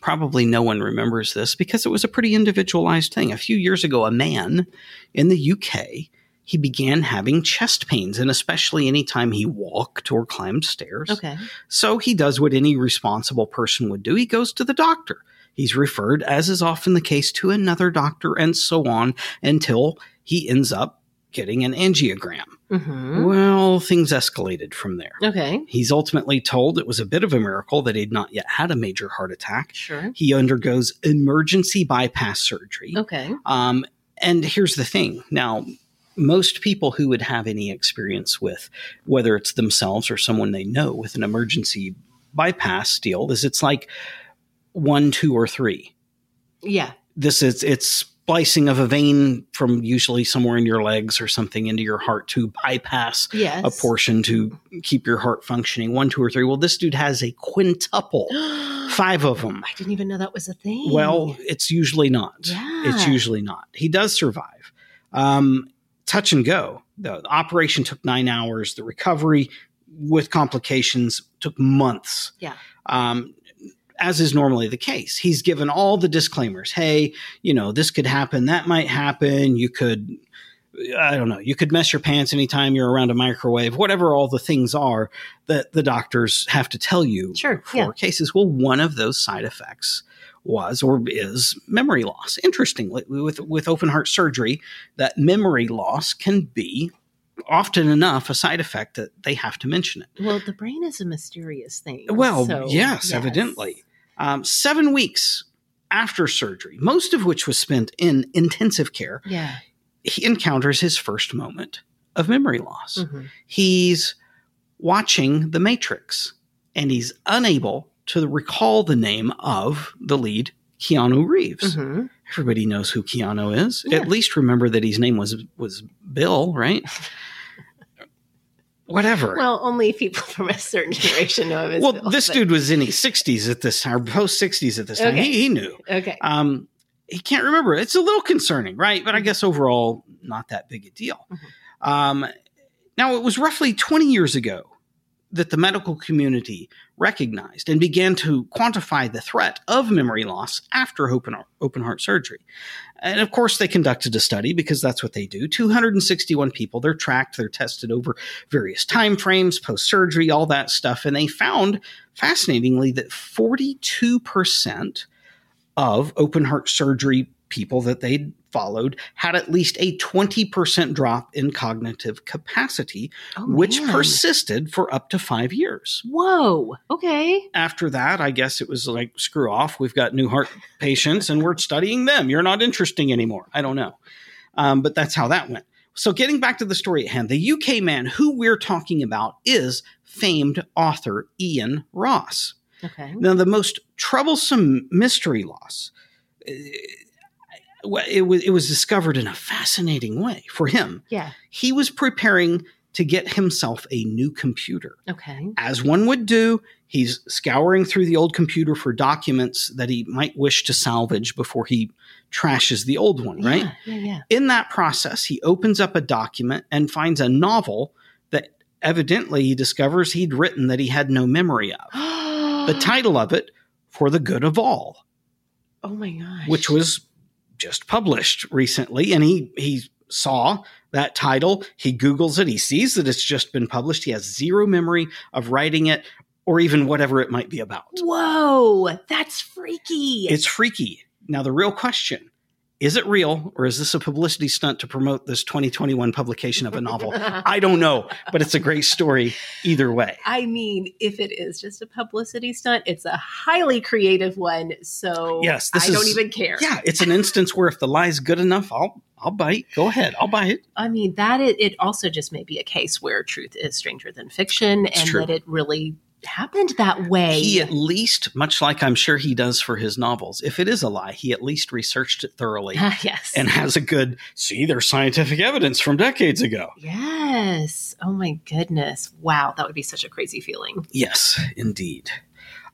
Speaker 2: probably no one remembers this because it was a pretty individualized thing. A few years ago, a man in the UK he began having chest pains, and especially anytime he walked or climbed stairs.
Speaker 1: Okay.
Speaker 2: So he does what any responsible person would do. He goes to the doctor. He's referred, as is often the case, to another doctor and so on until he ends up getting an angiogram.
Speaker 1: Mm-hmm.
Speaker 2: Well, things escalated from there.
Speaker 1: Okay.
Speaker 2: He's ultimately told it was a bit of a miracle that he'd not yet had a major heart attack.
Speaker 1: Sure.
Speaker 2: He undergoes emergency bypass surgery.
Speaker 1: Okay.
Speaker 2: Um, and here's the thing now, most people who would have any experience with, whether it's themselves or someone they know with an emergency bypass deal, is it's like one, two, or three.
Speaker 1: Yeah.
Speaker 2: This is it's splicing of a vein from usually somewhere in your legs or something into your heart to bypass
Speaker 1: Yes.
Speaker 2: a portion to keep your heart functioning. One, two, or three. Well, this dude has a quintuple,
Speaker 1: I
Speaker 2: five of them.
Speaker 1: didn't even know that was a thing.
Speaker 2: Well, it's usually not.
Speaker 1: yeah.
Speaker 2: It's usually not. He does survive. Um, touch and go. The, the operation took nine hours. The recovery with complications took months.
Speaker 1: Yeah.
Speaker 2: Um, as is normally the case, he's given all the disclaimers. Hey, you know, this could happen. That might happen. You could, I don't know, you could mess your pants anytime you're around a microwave, whatever all the things are that the doctors have to tell you
Speaker 1: Sure.
Speaker 2: for
Speaker 1: Yeah.
Speaker 2: cases. Well, one of those side effects was or is memory loss. Interestingly, with with open heart surgery, that memory loss can be often enough a side effect that they have to mention it.
Speaker 1: Well, the brain is a mysterious thing.
Speaker 2: Well,
Speaker 1: so-
Speaker 2: yes, evidently. Um, seven weeks after surgery, most of which was spent in intensive care,
Speaker 1: Yeah.
Speaker 2: he encounters his first moment of memory loss
Speaker 1: Mhm.
Speaker 2: he's watching The Matrix and he's unable to recall the name of the lead, Keanu Reeves.
Speaker 1: Mhm.
Speaker 2: Everybody knows who Keanu is.
Speaker 1: Yeah.
Speaker 2: At least remember that his name was was Bill, right? Whatever.
Speaker 1: Well, only people from a certain generation know him as
Speaker 2: Well,
Speaker 1: Bill,
Speaker 2: this
Speaker 1: but-
Speaker 2: dude was in his 60s at this time, post 60s at this time.
Speaker 1: Okay.
Speaker 2: He, he knew.
Speaker 1: Okay.
Speaker 2: Um, he can't remember. It's a little concerning, right? But I guess overall, not that big a deal. Um, now, it was roughly 20 years ago that the medical community recognized and began to quantify the threat of memory loss after open, open heart surgery. And of course, they conducted a study because that's what they do. 261 people, they're tracked, they're tested over various time frames, post surgery, all that stuff. And they found, fascinatingly, that 42% of open heart surgery people that they'd followed had at least a 20% drop in cognitive capacity,
Speaker 3: Oh,
Speaker 2: which
Speaker 3: man.
Speaker 2: persisted for up to five years.
Speaker 3: Whoa. Okay.
Speaker 2: After that, I guess it was like, screw off. We've got new heart patients and we're studying them. You're not interesting anymore. I don't know. Um, but that's how that went. So, getting back to the story at hand, the UK man who we're talking about is famed author Ian Ross.
Speaker 3: Okay.
Speaker 2: Now, the most troublesome mystery loss, eh, well, it was, it was discovered in a fascinating way for him.
Speaker 3: Yeah.
Speaker 2: He was preparing to get himself a new computer.
Speaker 3: Okay.
Speaker 2: As one would do, he's scouring through the old computer for documents that he might wish to salvage before he trashes the old one, right?
Speaker 3: Yeah. Yeah.
Speaker 2: in that process, he opens up a document and finds a novel that evidently he discovers he'd written that he had no memory of.
Speaker 3: yeah.
Speaker 2: The title of it, For the Good of All,
Speaker 3: Oh my gosh.
Speaker 2: which was just published recently. And he, he saw that title, he Googles it, he sees that it's just been published. He has zero memory of writing it or even whatever it might be about.
Speaker 3: Whoa. That's freaky.
Speaker 2: It's freaky. Now, the real question is it real or is this a publicity stunt to promote this 2021 publication of a novel? I don't know, but it's a great story either way.
Speaker 3: I mean, if it is just a publicity stunt, it's a highly creative one. So
Speaker 2: Yes, this
Speaker 3: I don't
Speaker 2: is-
Speaker 3: even care.
Speaker 2: Yeah, it's an instance where if the lie's good enough, I'll I'll bite. Go ahead, I'll buy it.
Speaker 3: I mean, that it, it also just may be a case where truth is stranger than fiction and
Speaker 2: true.
Speaker 3: that it really happened that way.
Speaker 2: He at least, much like I'm sure he does for his novels, if it is a lie, he at least researched it thoroughly
Speaker 3: Ah, yes.
Speaker 2: and has a good see. There's scientific evidence from decades ago.
Speaker 3: yes. Oh my goodness. Wow. That would be such a crazy feeling.
Speaker 2: Yes, indeed.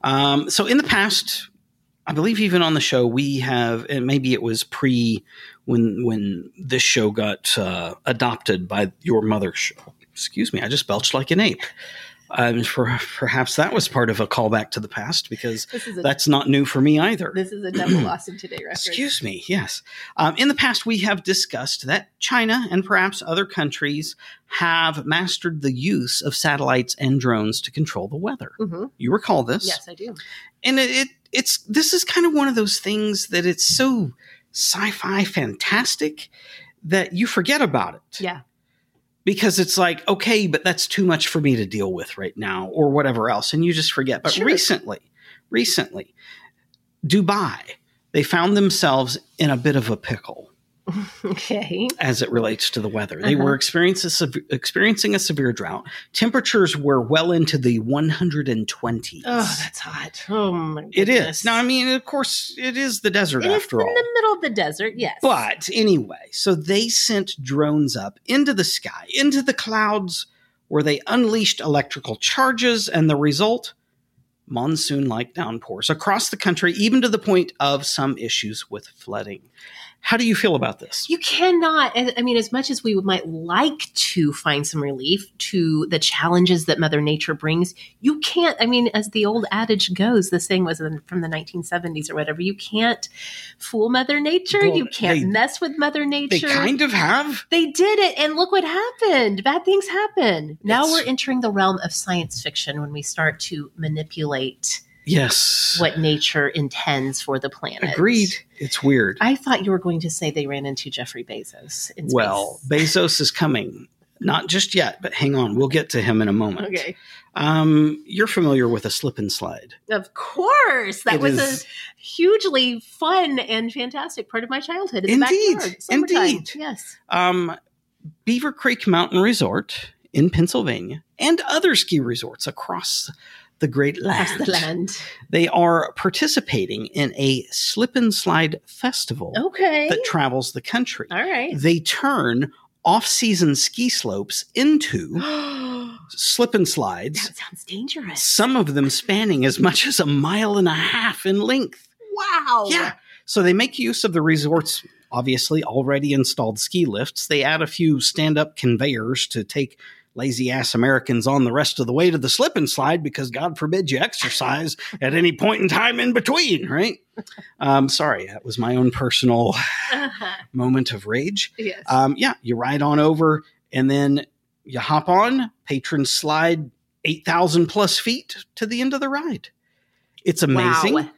Speaker 2: Um, so in the past, I believe even on the show we have, and maybe it was pre when when this show got uh, adopted by your mother show. Excuse me, I just belched like an ape. Um, for, perhaps that was part of a callback to the past because
Speaker 3: This is a,
Speaker 2: that's not new for me either.
Speaker 3: this is a double Austin today reference.
Speaker 2: Excuse me, yes. Um, in the past, we have discussed that China and perhaps other countries have mastered the use of satellites and drones to control the weather.
Speaker 3: hmm
Speaker 2: You recall this?
Speaker 3: Yes, I do.
Speaker 2: And it, it it's this is kind of one of those things that it's so sci-fi fantastic that you forget about it.
Speaker 3: Yeah.
Speaker 2: Because it's like, okay, but that's too much for me to deal with right now or whatever else and you just forget. But
Speaker 3: Sure.
Speaker 2: recently, recently Dubai, they found themselves in a bit of a pickle
Speaker 3: Okay.
Speaker 2: as it relates to the weather. They
Speaker 3: Uh-huh.
Speaker 2: were experiencing a, sev- experiencing a severe drought. Temperatures were well into the 120s.
Speaker 3: Oh, that's hot. Oh my goodness.
Speaker 2: It is. Now, I mean, of course, it is the desert
Speaker 3: It is
Speaker 2: after all.
Speaker 3: in the middle of the desert, yes.
Speaker 2: But anyway, so they sent drones up into the sky, into the clouds, where they unleashed electrical charges, and the result monsoon like downpours across the country, even to the point of some issues with flooding. How do you feel about this?
Speaker 3: You cannot, I I mean, as much as we might like to find some relief to the challenges that Mother Nature brings, you can't, I mean, as the old adage goes, this thing was in- from the 1970s or whatever, you can't fool Mother Nature.
Speaker 2: Well,
Speaker 3: you can't
Speaker 2: they-
Speaker 3: mess with Mother
Speaker 2: They
Speaker 3: Nature.
Speaker 2: kind of have.
Speaker 3: They did it, and look what happened. Bad things happen. Now
Speaker 2: It's-
Speaker 3: we're entering the realm of science fiction when we start to manipulate
Speaker 2: Yes.
Speaker 3: what nature intends for the planet.
Speaker 2: Agreed. It's weird.
Speaker 3: I thought you were going to say they ran into Jeffrey Bezos. In space.
Speaker 2: Well, Bezos is coming. Not just yet, but hang on. We'll get to him in a moment.
Speaker 3: okay,
Speaker 2: Um, you're familiar with a slip and slide.
Speaker 3: of course, that
Speaker 2: It
Speaker 3: was
Speaker 2: is-
Speaker 3: a hugely fun and fantastic part of my childhood. In
Speaker 2: Indeed,
Speaker 3: the backyard, summertime.
Speaker 2: indeed.
Speaker 3: yes.
Speaker 2: um, Beaver Creek Mountain Resort in Pennsylvania and other ski resorts across the Great
Speaker 3: Across
Speaker 2: Land.
Speaker 3: the land.
Speaker 2: They are participating in a slip and slide festival
Speaker 3: Okay.
Speaker 2: that travels the country.
Speaker 3: All right.
Speaker 2: They turn off-season ski slopes into
Speaker 3: that
Speaker 2: slip and slides.
Speaker 3: sounds dangerous.
Speaker 2: Some of them spanning as much as a mile and a half in length.
Speaker 3: Wow.
Speaker 2: Yeah. So they make use of the resort's obviously already installed ski lifts. They add a few stand up conveyors to take lazy ass Americans on the rest of the way to the slip and slide because God forbid you exercise at any point in time in between, right? Um, sorry, that was my own personal moment of rage.
Speaker 1: Yes.
Speaker 2: Um, yeah, you ride on over and then you hop on, patrons slide 8,000 plus feet to the end of the ride. It's amazing.
Speaker 1: Wow.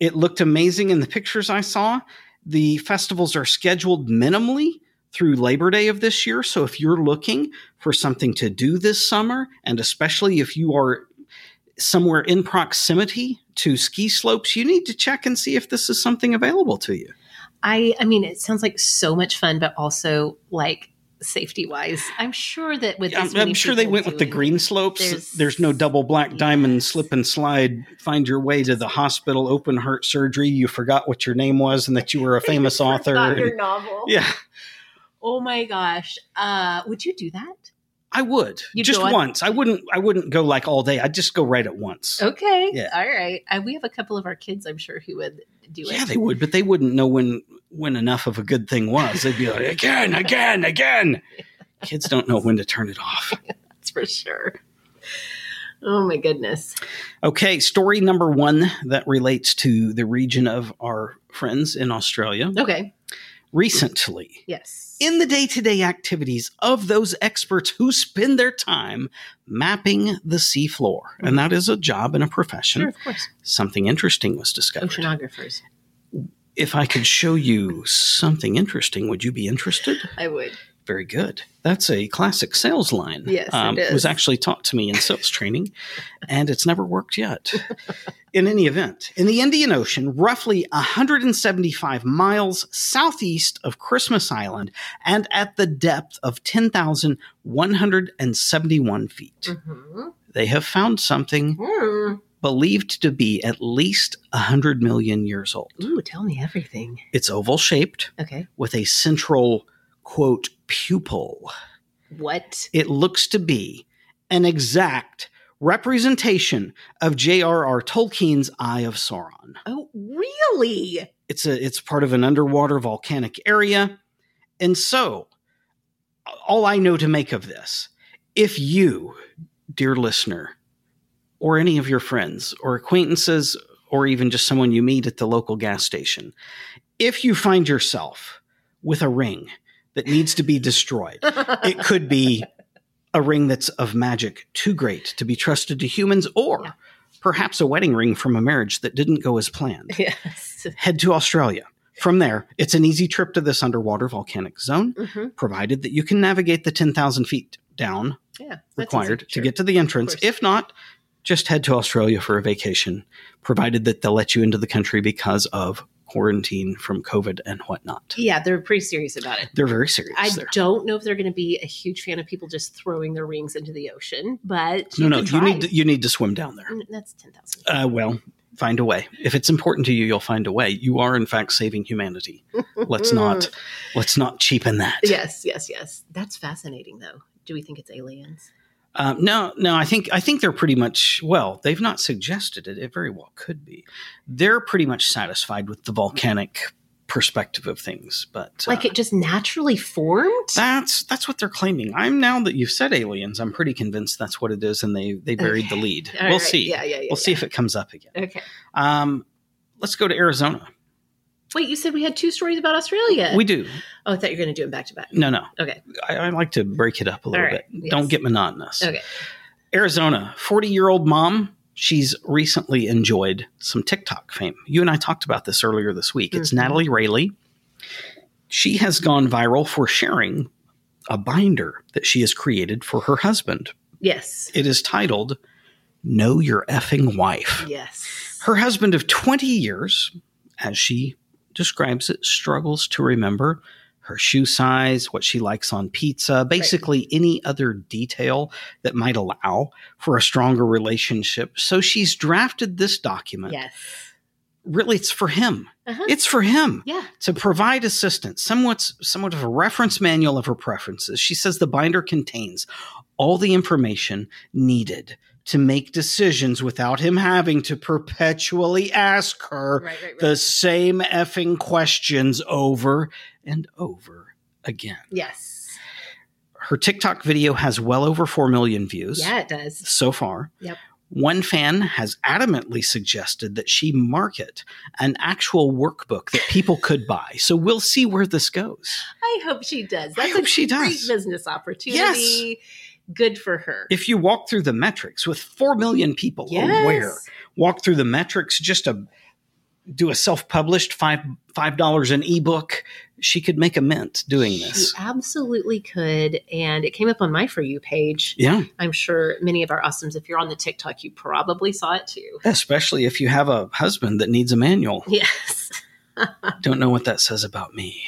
Speaker 2: It looked amazing in the pictures I saw. The festivals are scheduled minimally through Labor Day of this year. So if you're looking for something to do this summer, and especially if you are somewhere in proximity to ski slopes, you need to check and see if this is something available to you.
Speaker 1: I I mean, it sounds like so much fun, but also like safety wise, I'm sure that with
Speaker 2: I'm,
Speaker 1: as many
Speaker 2: I'm sure they
Speaker 1: people
Speaker 2: went with the
Speaker 1: doing-
Speaker 2: green slopes.
Speaker 1: there's-
Speaker 2: There's, no double black diamond
Speaker 1: Yes.
Speaker 2: slip and slide. Find your way to the hospital open heart surgery. You forgot what your name was and that you were a famous author.
Speaker 1: Forgot your
Speaker 2: and-
Speaker 1: novel.
Speaker 2: yeah,
Speaker 1: Oh my gosh. Uh, would you do that?
Speaker 2: I would
Speaker 1: You'd
Speaker 2: just
Speaker 1: go on-
Speaker 2: once. I wouldn't. I wouldn't go like all day. I'd just go right at once.
Speaker 1: Okay.
Speaker 2: Yeah.
Speaker 1: All right. I, we have a couple of our kids, I'm sure, who would do it.
Speaker 2: Yeah, they would, but they wouldn't know when when enough of a good thing was. They'd be like, again, again, again. Kids don't know when to turn it off.
Speaker 1: That's for sure. Oh my goodness.
Speaker 2: Okay, story number one that relates to the region of our friends in Australia.
Speaker 1: Okay.
Speaker 2: Recently,
Speaker 1: Yes.
Speaker 2: in the day to day activities of those experts who spend their time mapping the seafloor. And that is a job and a profession.
Speaker 1: sure, of course.
Speaker 2: Something interesting was discovered.
Speaker 1: Oceanographers.
Speaker 2: If I could show you something interesting, would you be interested?
Speaker 1: I would.
Speaker 2: Very good. That's a classic sales line. Um,
Speaker 1: Yes, it is.
Speaker 2: was actually taught to me in sales training, and it's never worked yet. In any event, in the Indian Ocean, roughly 175 miles southeast of Christmas Island and at the depth of 10,171 feet,
Speaker 1: Mhm.
Speaker 2: they have found something
Speaker 1: Mm.
Speaker 2: believed to be at least 100 million years old.
Speaker 1: Ooh, tell me everything.
Speaker 2: It's oval shaped
Speaker 1: Okay.
Speaker 2: with a central, quote, pupil.
Speaker 1: What?
Speaker 2: it looks to be an exact representation of J.R.R. Tolkien's Eye of Sauron.
Speaker 1: Oh, really?
Speaker 2: It's a it's part of an underwater volcanic area. And so all I know to make of this, if you, dear listener, or any of your friends or acquaintances or even just someone you meet at the local gas station, if you find yourself with a ring that needs to be destroyed, it could be a ring that's of magic too great to be trusted to humans or
Speaker 1: Yeah.
Speaker 2: perhaps a wedding ring from a marriage that didn't go as planned
Speaker 1: yes.
Speaker 2: head to australia from there it's an easy trip to this underwater volcanic zone
Speaker 1: Mm-hmm.
Speaker 2: provided that you can navigate the 10000 feet down
Speaker 1: Yeah. that's
Speaker 2: required
Speaker 1: easy.
Speaker 2: to
Speaker 1: Sure.
Speaker 2: get to the entrance
Speaker 1: course.
Speaker 2: if not just head to australia for a vacation provided that they'll let you into the country because of quarantine from covid and whatnot
Speaker 1: Yeah, they're pretty serious about it.
Speaker 2: they're very serious
Speaker 1: I
Speaker 2: there
Speaker 1: don't know if they're going to be a huge fan of people just throwing their rings into the ocean, but
Speaker 2: no no
Speaker 1: could
Speaker 2: you
Speaker 1: try.
Speaker 2: need to, you need to swim down there
Speaker 1: Mm, That's ten thousand.
Speaker 2: Uh, well, find a way. If it's important to you, you'll find a way. You are, in fact, saving humanity. Let's not let's not cheapen that.
Speaker 1: Yes, yes, yes. That's fascinating, though. Do we think it's aliens?
Speaker 2: Um, no, no. I think I think they're pretty much well. They've not suggested it. It very well could be. They're pretty much satisfied with the volcanic perspective of things. But uh,
Speaker 1: Like it just naturally formed?
Speaker 2: that's that's what they're claiming. I'm now that you've said aliens, I'm pretty convinced that's what it is, and they they buried the lead.
Speaker 1: All
Speaker 2: we'll
Speaker 1: right.
Speaker 2: see.
Speaker 1: Yeah, yeah, yeah.
Speaker 2: We'll see if it comes up again.
Speaker 1: yeah. Okay.
Speaker 2: Um, let's go to Arizona.
Speaker 1: Wait, you said we had two stories about Australia.
Speaker 2: We do.
Speaker 1: oh, I thought you were going to do them back to back.
Speaker 2: No, no.
Speaker 1: Okay.
Speaker 2: I, I like to break it up a little
Speaker 1: All right.
Speaker 2: bit.
Speaker 1: Yes.
Speaker 2: Don't get monotonous.
Speaker 1: Okay.
Speaker 2: Arizona, 40 year old mom. She's recently enjoyed some TikTok fame. You and I talked about this earlier this week. It's
Speaker 1: Mhm.
Speaker 2: Natalie Rayleigh. She has gone viral for sharing a binder that she has created for her husband.
Speaker 1: Yes.
Speaker 2: It is titled Know Your Effing Wife.
Speaker 1: Yes.
Speaker 2: Her husband of 20 years, as she describes it, struggles to remember her shoe size, what she likes on pizza, basically any other detail that might allow for a stronger relationship. So she's drafted this document.
Speaker 1: Yes.
Speaker 2: Really, it's for him.
Speaker 1: Uh-huh.
Speaker 2: It's for him
Speaker 1: yeah.
Speaker 2: to provide assistance, somewhat somewhat of a reference manual of her preferences. She says the binder contains all the information needed to make decisions without him having to perpetually ask her
Speaker 1: Right, right, right.
Speaker 2: the same effing questions over and over again.
Speaker 1: yes.
Speaker 2: Her TikTok video has well over 4 million views
Speaker 1: Yeah, it does.
Speaker 2: so far.
Speaker 1: Yep.
Speaker 2: One fan has adamantly suggested that she market an actual workbook that people could buy. So we'll see where this goes.
Speaker 1: I hope she does.
Speaker 2: I
Speaker 1: That's
Speaker 2: hope
Speaker 1: a
Speaker 2: she
Speaker 1: great
Speaker 2: does.
Speaker 1: business opportunity. Good for her.
Speaker 2: If you walk through the metrics with 4 million people aware, walk through the metrics just a do a self-published 5 $5 an ebook, she could make a mint doing
Speaker 1: She
Speaker 2: this.
Speaker 1: absolutely could. And it came up on my For You page.
Speaker 2: Yeah,
Speaker 1: I'm sure many of our awesomes, if you're on the TikTok, you probably saw it too.
Speaker 2: especially if you have a husband that needs a manual.
Speaker 1: Yes.
Speaker 2: Don't know what that says about me.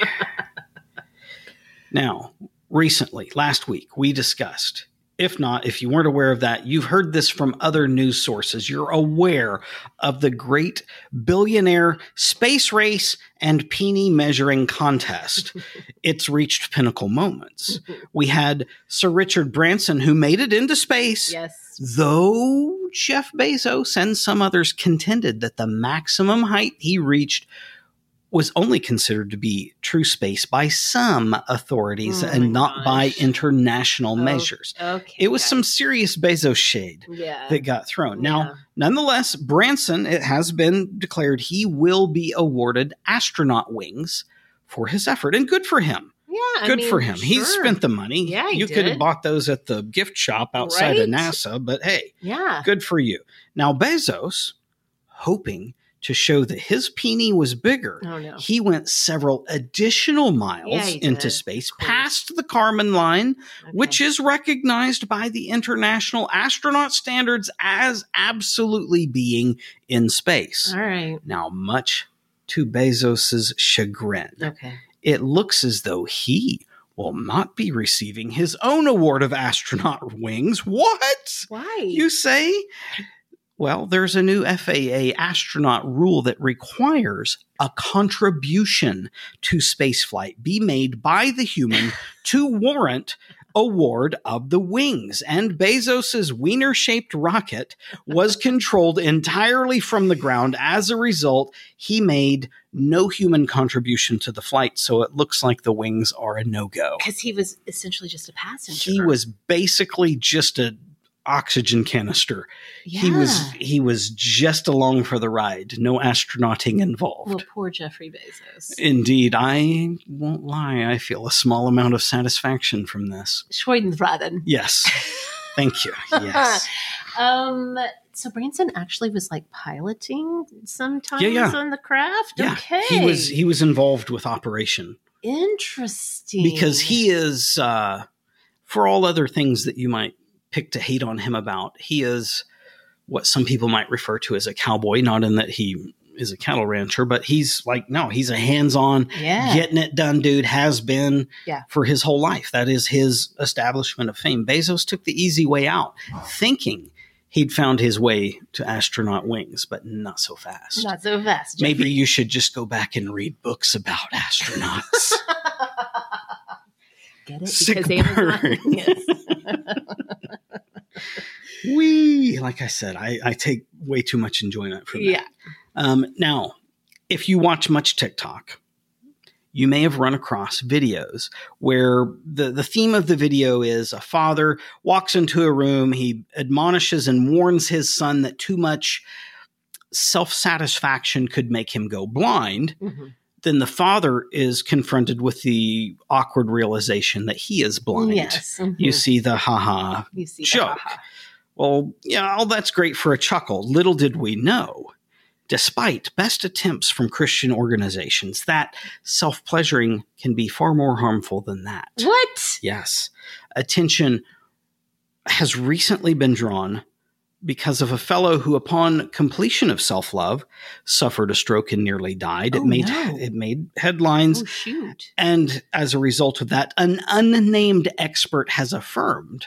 Speaker 2: now, recently, last week, we discussed. If not, if you weren't aware of that, you've heard this from other news sources. You're aware of the great billionaire space race and peony measuring contest. it's reached pinnacle moments. We had Sir Richard Branson, who made it into space,
Speaker 1: yes.
Speaker 2: though Jeff Bezos and some others contended that the maximum height he reached was only considered to be true space by some authorities
Speaker 1: Oh
Speaker 2: and
Speaker 1: my
Speaker 2: not by
Speaker 1: gosh.
Speaker 2: international
Speaker 1: Oh,
Speaker 2: measures.
Speaker 1: Okay.
Speaker 2: It was
Speaker 1: guys.
Speaker 2: some serious Bezos shade
Speaker 1: Yeah.
Speaker 2: that got thrown. Now,
Speaker 1: Yeah.
Speaker 2: Nonetheless, Branson, it has been declared he will be awarded astronaut wings for his effort. And good for him.
Speaker 1: Yeah, I
Speaker 2: good for
Speaker 1: mean,
Speaker 2: him. He
Speaker 1: sure.
Speaker 2: spent the money.
Speaker 1: Yeah, he
Speaker 2: you could have
Speaker 1: did.
Speaker 2: bought those at the gift shop outside of
Speaker 1: Right?
Speaker 2: NASA, but hey,
Speaker 1: Yeah.
Speaker 2: good for you. Now, Bezos, hoping to show that his peenie was bigger,
Speaker 1: Oh no.
Speaker 2: he went several additional miles
Speaker 1: Yeah, he
Speaker 2: into
Speaker 1: did.
Speaker 2: space,
Speaker 1: Of course.
Speaker 2: past the Kármán line,
Speaker 1: Okay.
Speaker 2: which is recognized by the international astronaut standards as absolutely being in space.
Speaker 1: all right.
Speaker 2: Now, much to Bezos's chagrin,
Speaker 1: Okay.
Speaker 2: it looks as though he will not be receiving his own award of astronaut wings. What?
Speaker 1: Why?
Speaker 2: You say? Well, there's a new FAA astronaut rule that requires a contribution to spaceflight be made by the human to warrant award of the wings. And Bezos's wiener-shaped rocket was controlled entirely from the ground. As a result, he made no human contribution to the flight, so it looks like the wings are a no-go
Speaker 1: because he was essentially just a passenger.
Speaker 2: he was basically just a oxygen canister. He was
Speaker 1: Yeah.
Speaker 2: he was just along for the ride, no astronauting involved.
Speaker 1: Well, poor Jeffrey Bezos.
Speaker 2: Indeed, I won't lie, I feel a small amount of satisfaction from this.
Speaker 1: Freudenfragen.
Speaker 2: Yes. Thank you. Yes.
Speaker 1: Um, so Branson actually was like piloting sometimes
Speaker 2: yeah.
Speaker 1: on the craft.
Speaker 2: Yeah.
Speaker 1: okay,
Speaker 2: He was he was involved with operation
Speaker 1: interesting
Speaker 2: because he is uh for all other things that you might pick to hate on him about, he is what some people might refer to as a cowboy, not in that he is a cattle rancher, but he's like no, he's a hands-on
Speaker 1: yeah
Speaker 2: getting it done dude has been
Speaker 1: Yeah.
Speaker 2: for his whole life. That is his establishment of fame. Bezos took the easy way out, thinking he'd found his way to astronaut wings, but not so fast.
Speaker 1: not so fast. Jeff.
Speaker 2: Maybe you should just go back and read books about astronauts.
Speaker 1: get it
Speaker 2: Sick
Speaker 1: because Amazon.
Speaker 2: burn.
Speaker 1: Yes.
Speaker 2: we, like I said, I, I take way too much enjoyment from that.
Speaker 1: yeah,
Speaker 2: Um, now, if you watch much TikTok, you may have run across videos where the, the theme of the video is a father walks into a room, he admonishes and warns his son that too much self satisfaction could make him go blind.
Speaker 1: Mhm.
Speaker 2: Then the father is confronted with the awkward realization that he is blind.
Speaker 1: yes. Mhm.
Speaker 2: You see the haha
Speaker 1: You see, the
Speaker 2: joke.
Speaker 1: haha.
Speaker 2: Well, yeah, all that's great for a chuckle. Little did we know, despite best attempts from Christian organizations, that self pleasuring can be far more harmful than that.
Speaker 1: What?
Speaker 2: Yes. Attention has recently been drawn because of a fellow who, upon completion of self love, suffered a stroke and nearly died.
Speaker 1: Oh,
Speaker 2: it made
Speaker 1: no.
Speaker 2: it made headlines.
Speaker 1: Oh shoot!
Speaker 2: And as a result of that, an unnamed expert has affirmed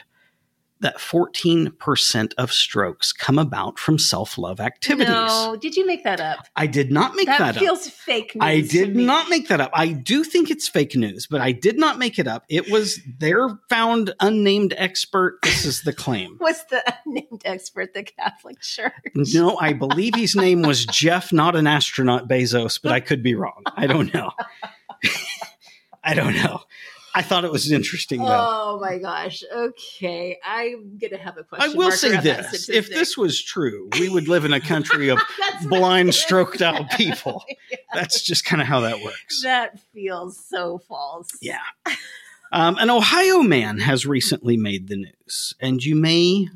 Speaker 2: that 14% of strokes come about from self love activities.
Speaker 1: No, did you make that up?
Speaker 2: I did not make
Speaker 1: that,
Speaker 2: that, up.
Speaker 1: feels fake. News
Speaker 2: I
Speaker 1: to
Speaker 2: did
Speaker 1: me.
Speaker 2: not make that up. I do think it's fake news, but I did not make it up. It was their found unnamed expert. This is the claim.
Speaker 1: Was the unnamed expert the Catholic Church?
Speaker 2: No, I believe his name was Jeff, not an astronaut Bezos, but I could be wrong. I don't know. I don't know. I thought it was interesting though.
Speaker 1: Oh my gosh. Okay, I'm gonna have a
Speaker 2: I
Speaker 1: question.
Speaker 2: will
Speaker 1: mark
Speaker 2: say
Speaker 1: around that
Speaker 2: this. If
Speaker 1: statistic.
Speaker 2: this was true, we would live in a country of
Speaker 1: That's what I
Speaker 2: blind
Speaker 1: said.
Speaker 2: stroked out people. That's just kind of how that works.
Speaker 1: That feels so false.
Speaker 2: Yeah. Um, an Ohio man has recently made the news, and you may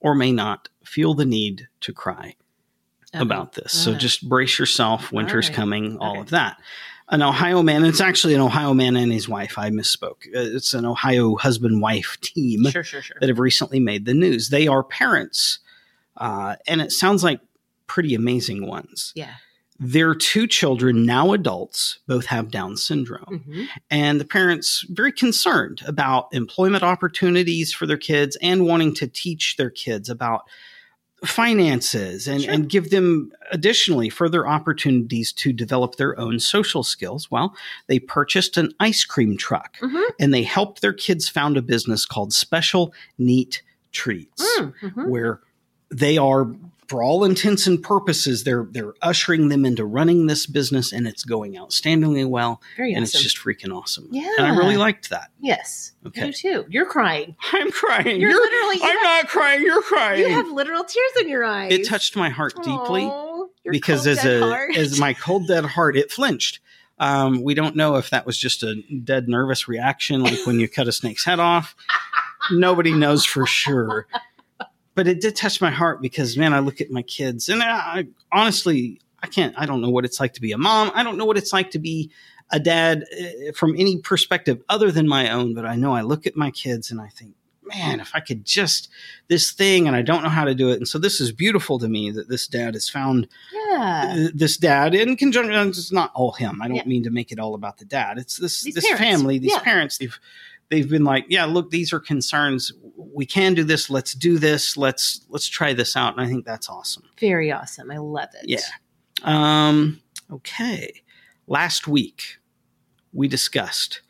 Speaker 2: or may not feel the need to cry
Speaker 1: Um,
Speaker 2: about this. So
Speaker 1: uh,
Speaker 2: just brace yourself. Winter's
Speaker 1: right.
Speaker 2: coming, all
Speaker 1: Okay.
Speaker 2: of that. An Ohio man, it's actually an Ohio man and his wife. I misspoke. Uh, It's an Ohio husband wife team
Speaker 1: Sure, sure, sure.
Speaker 2: that have recently made the news. They are parents, uh, and it sounds like pretty amazing ones.
Speaker 1: Yeah.
Speaker 2: Their two children, now adults, both have Down syndrome
Speaker 1: Mhm.
Speaker 2: and the parents very concerned about employment opportunities for their kids and wanting to teach their kids about finances and,
Speaker 1: Sure.
Speaker 2: and give them additionally further opportunities to develop their own social skills. Well, they purchased an ice cream truck
Speaker 1: Mhm.
Speaker 2: and they helped their kids found a business called Special Neat Treats
Speaker 1: Mm, mhm.
Speaker 2: where they are for all intents and purposes they're they're ushering them into running this business and it's going outstandingly well
Speaker 1: Very
Speaker 2: and
Speaker 1: awesome.
Speaker 2: it's just freaking awesome.
Speaker 1: Yeah.
Speaker 2: And I really liked that.
Speaker 1: yes. I
Speaker 2: Okay.
Speaker 1: do too. You're crying.
Speaker 2: I'm crying.
Speaker 1: You're, literally. You
Speaker 2: I'm
Speaker 1: have,
Speaker 2: not crying. You're
Speaker 1: you
Speaker 2: crying.
Speaker 1: have literal tears in your eyes.
Speaker 2: it touched my heart deeply
Speaker 1: Aw, your
Speaker 2: because
Speaker 1: cold,
Speaker 2: as
Speaker 1: dead
Speaker 2: a
Speaker 1: heart.
Speaker 2: as my cold dead heart, it flinched. Um, we don't know if that was just a dead nervous reaction, like when you cut a snake's head off. Nobody knows for sure. But it did touch my heart because, man, I look at my kids, and I, honestly, I can't. I don't know what it's like to be a mom. I don't know what it's like to be a dad eh, from any perspective other than my own. But I know I look at my kids and I think, man, if I could just this thing, and I don't know how to do it. And so this is beautiful to me that this dad has found
Speaker 1: yeah.
Speaker 2: th- Uh, this dad in conjunction it's not all him i don't
Speaker 1: Yeah.
Speaker 2: mean to make it all about the dad it's this
Speaker 1: These
Speaker 2: this
Speaker 1: parents.
Speaker 2: family these
Speaker 1: Yeah.
Speaker 2: parents they've they've been like yeah look these are concerns we can do this let's do this let's let's try this out and i think that's awesome
Speaker 1: Very awesome. I love it.
Speaker 2: Yeah. um okay last week we discussed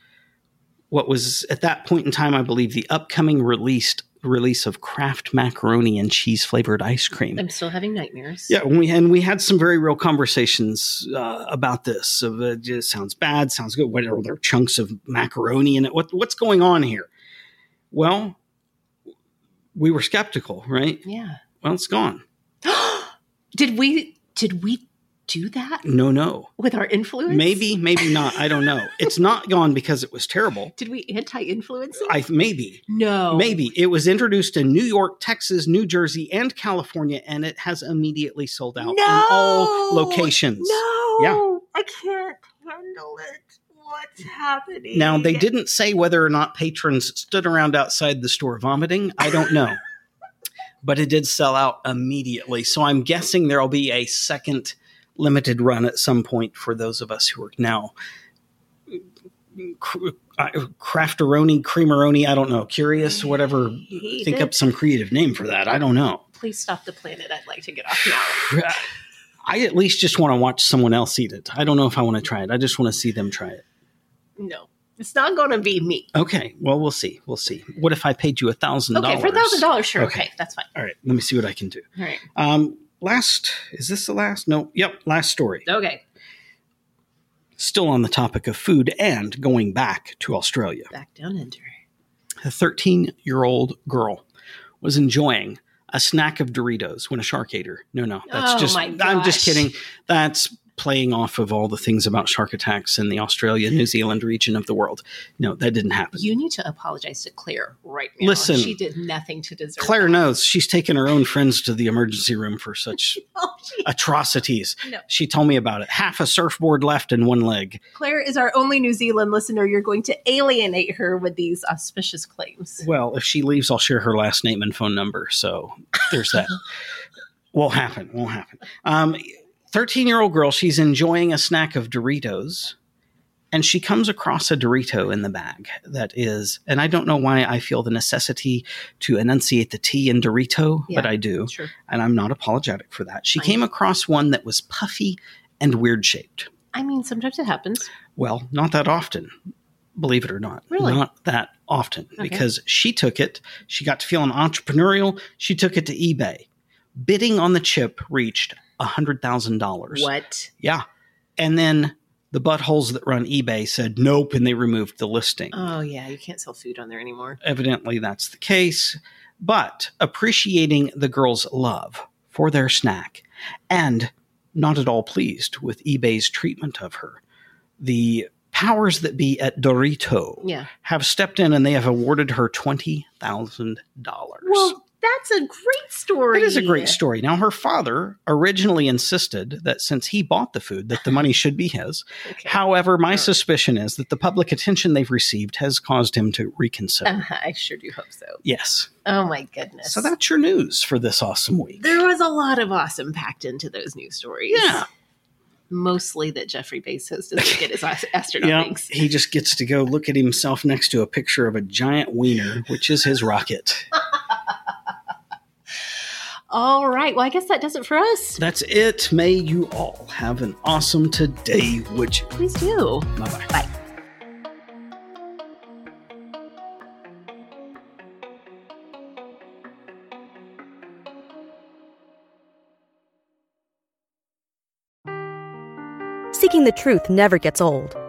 Speaker 2: what was at that point in time i believe the upcoming released release of kraft macaroni and cheese flavored ice cream
Speaker 1: I'm still having nightmares.
Speaker 2: yeah, and we, and we had some very real conversations uh, about this. Of uh, just sounds bad, sounds good. What are there chunks of macaroni in it? What what's going on here? Well, we were skeptical, right?
Speaker 1: Yeah.
Speaker 2: Well, it's gone.
Speaker 1: did we did we do that
Speaker 2: No, no.
Speaker 1: with our influence?
Speaker 2: Maybe, maybe not. I don't know. It's not gone because it was terrible.
Speaker 1: Did we anti-influence it?
Speaker 2: I maybe.
Speaker 1: no.
Speaker 2: Maybe it was introduced in New York, Texas, New Jersey, and California, and it has immediately sold out in all
Speaker 1: No!
Speaker 2: locations.
Speaker 1: No.
Speaker 2: Yeah.
Speaker 1: I can't handle it. What's happening?
Speaker 2: Now, they didn't say whether or not patrons stood around outside the store vomiting. I don't know. but it did sell out immediately. So I'm guessing there'll be a second limited run at some point for those of us who are now cr- uh, crafteroni, creameroni, I don't know, curious, whatever.
Speaker 1: Hate
Speaker 2: Think
Speaker 1: it.
Speaker 2: up some creative name for that. I don't know.
Speaker 1: Please stop the planet. I'd like to get off now.
Speaker 2: I at least just want to watch someone else eat it. I don't know if I want to try it. I just want to see them try it.
Speaker 1: No. It's not going to be me.
Speaker 2: Okay. Well, we'll see. We'll see. What if I paid you a thousand dollars?
Speaker 1: Okay, for thousand dollars, sure.
Speaker 2: Okay.
Speaker 1: Okay. that's fine.
Speaker 2: All right. Let me see what I can do.
Speaker 1: All right.
Speaker 2: Um, last is this the last? No. Yep. Last story.
Speaker 1: Okay,
Speaker 2: Still on the topic of food and going back to Australia.
Speaker 1: back down under.
Speaker 2: A 13-year-old girl was enjoying a snack of Doritos when a shark ate her. No, no, that's
Speaker 1: Oh
Speaker 2: just.
Speaker 1: my
Speaker 2: I'm
Speaker 1: gosh.
Speaker 2: just kidding. That's playing off of all the things about shark attacks in the Australia New Zealand region of the world. No, that didn't happen.
Speaker 1: You need to apologize to Claire right now.
Speaker 2: Listen.
Speaker 1: she did nothing to deserve.
Speaker 2: Claire
Speaker 1: that.
Speaker 2: knows she's taken her own friends to the emergency room for such
Speaker 1: Oh, she-
Speaker 2: atrocities.
Speaker 1: No.
Speaker 2: She told me about it. Half a surfboard left and one leg.
Speaker 1: Claire is our only New Zealand listener. You're going to alienate her with these auspicious claims.
Speaker 2: Well, if she leaves, I'll share her last name and phone number. So there's that. won't happen. Won't happen. Um, 13 year old girl, she's enjoying a snack of Doritos and she comes across a Dorito in the bag that is, and I don't know why I feel the necessity to enunciate the T in Dorito,
Speaker 1: Yeah.
Speaker 2: but I do,
Speaker 1: Sure.
Speaker 2: and I'm not apologetic for that. She
Speaker 1: Fine.
Speaker 2: came across one that was puffy and weird shaped.
Speaker 1: I mean, sometimes it happens.
Speaker 2: Well, not that often, believe it or not.
Speaker 1: Really?
Speaker 2: Not that often
Speaker 1: Okay.
Speaker 2: because she took it. She got to feeling entrepreneurial. She took it to eBay. Bidding on the chip reached $100,000.
Speaker 1: What?
Speaker 2: Yeah. And then the buttholes that run eBay said nope and they removed the listing.
Speaker 1: Oh yeah, you can't sell food on there anymore.
Speaker 2: Evidently, that's the case. But appreciating the girls' love for their snack and not at all pleased with eBay's treatment of her, the powers that be at Dorito
Speaker 1: Yeah.
Speaker 2: have stepped in and they have awarded her $20,000.
Speaker 1: Well, that's a great story.
Speaker 2: It is a great story. Now, her father originally insisted that since he bought the food, that the money should be his.
Speaker 1: Okay.
Speaker 2: However, my
Speaker 1: Alright.
Speaker 2: suspicion is that the public attention they've received has caused him to reconsider.
Speaker 1: Uh-huh, I sure do hope so.
Speaker 2: yes.
Speaker 1: Oh my goodness.
Speaker 2: So that's your news for this awesome week.
Speaker 1: there was a lot of awesome packed into those news stories.
Speaker 2: Yeah.
Speaker 1: Mostly that Jeffrey Bezos doesn't get his as- astronaut
Speaker 2: Yeah,
Speaker 1: wings.
Speaker 2: he just gets to go look at himself next to a picture of a giant wiener, which is his rocket.
Speaker 1: All right. Well, I guess that does it for us.
Speaker 2: That's it. May you all have an awesome today, would you?
Speaker 1: Please do.
Speaker 2: Bye bye.
Speaker 1: Bye.
Speaker 4: Seeking the truth never gets old.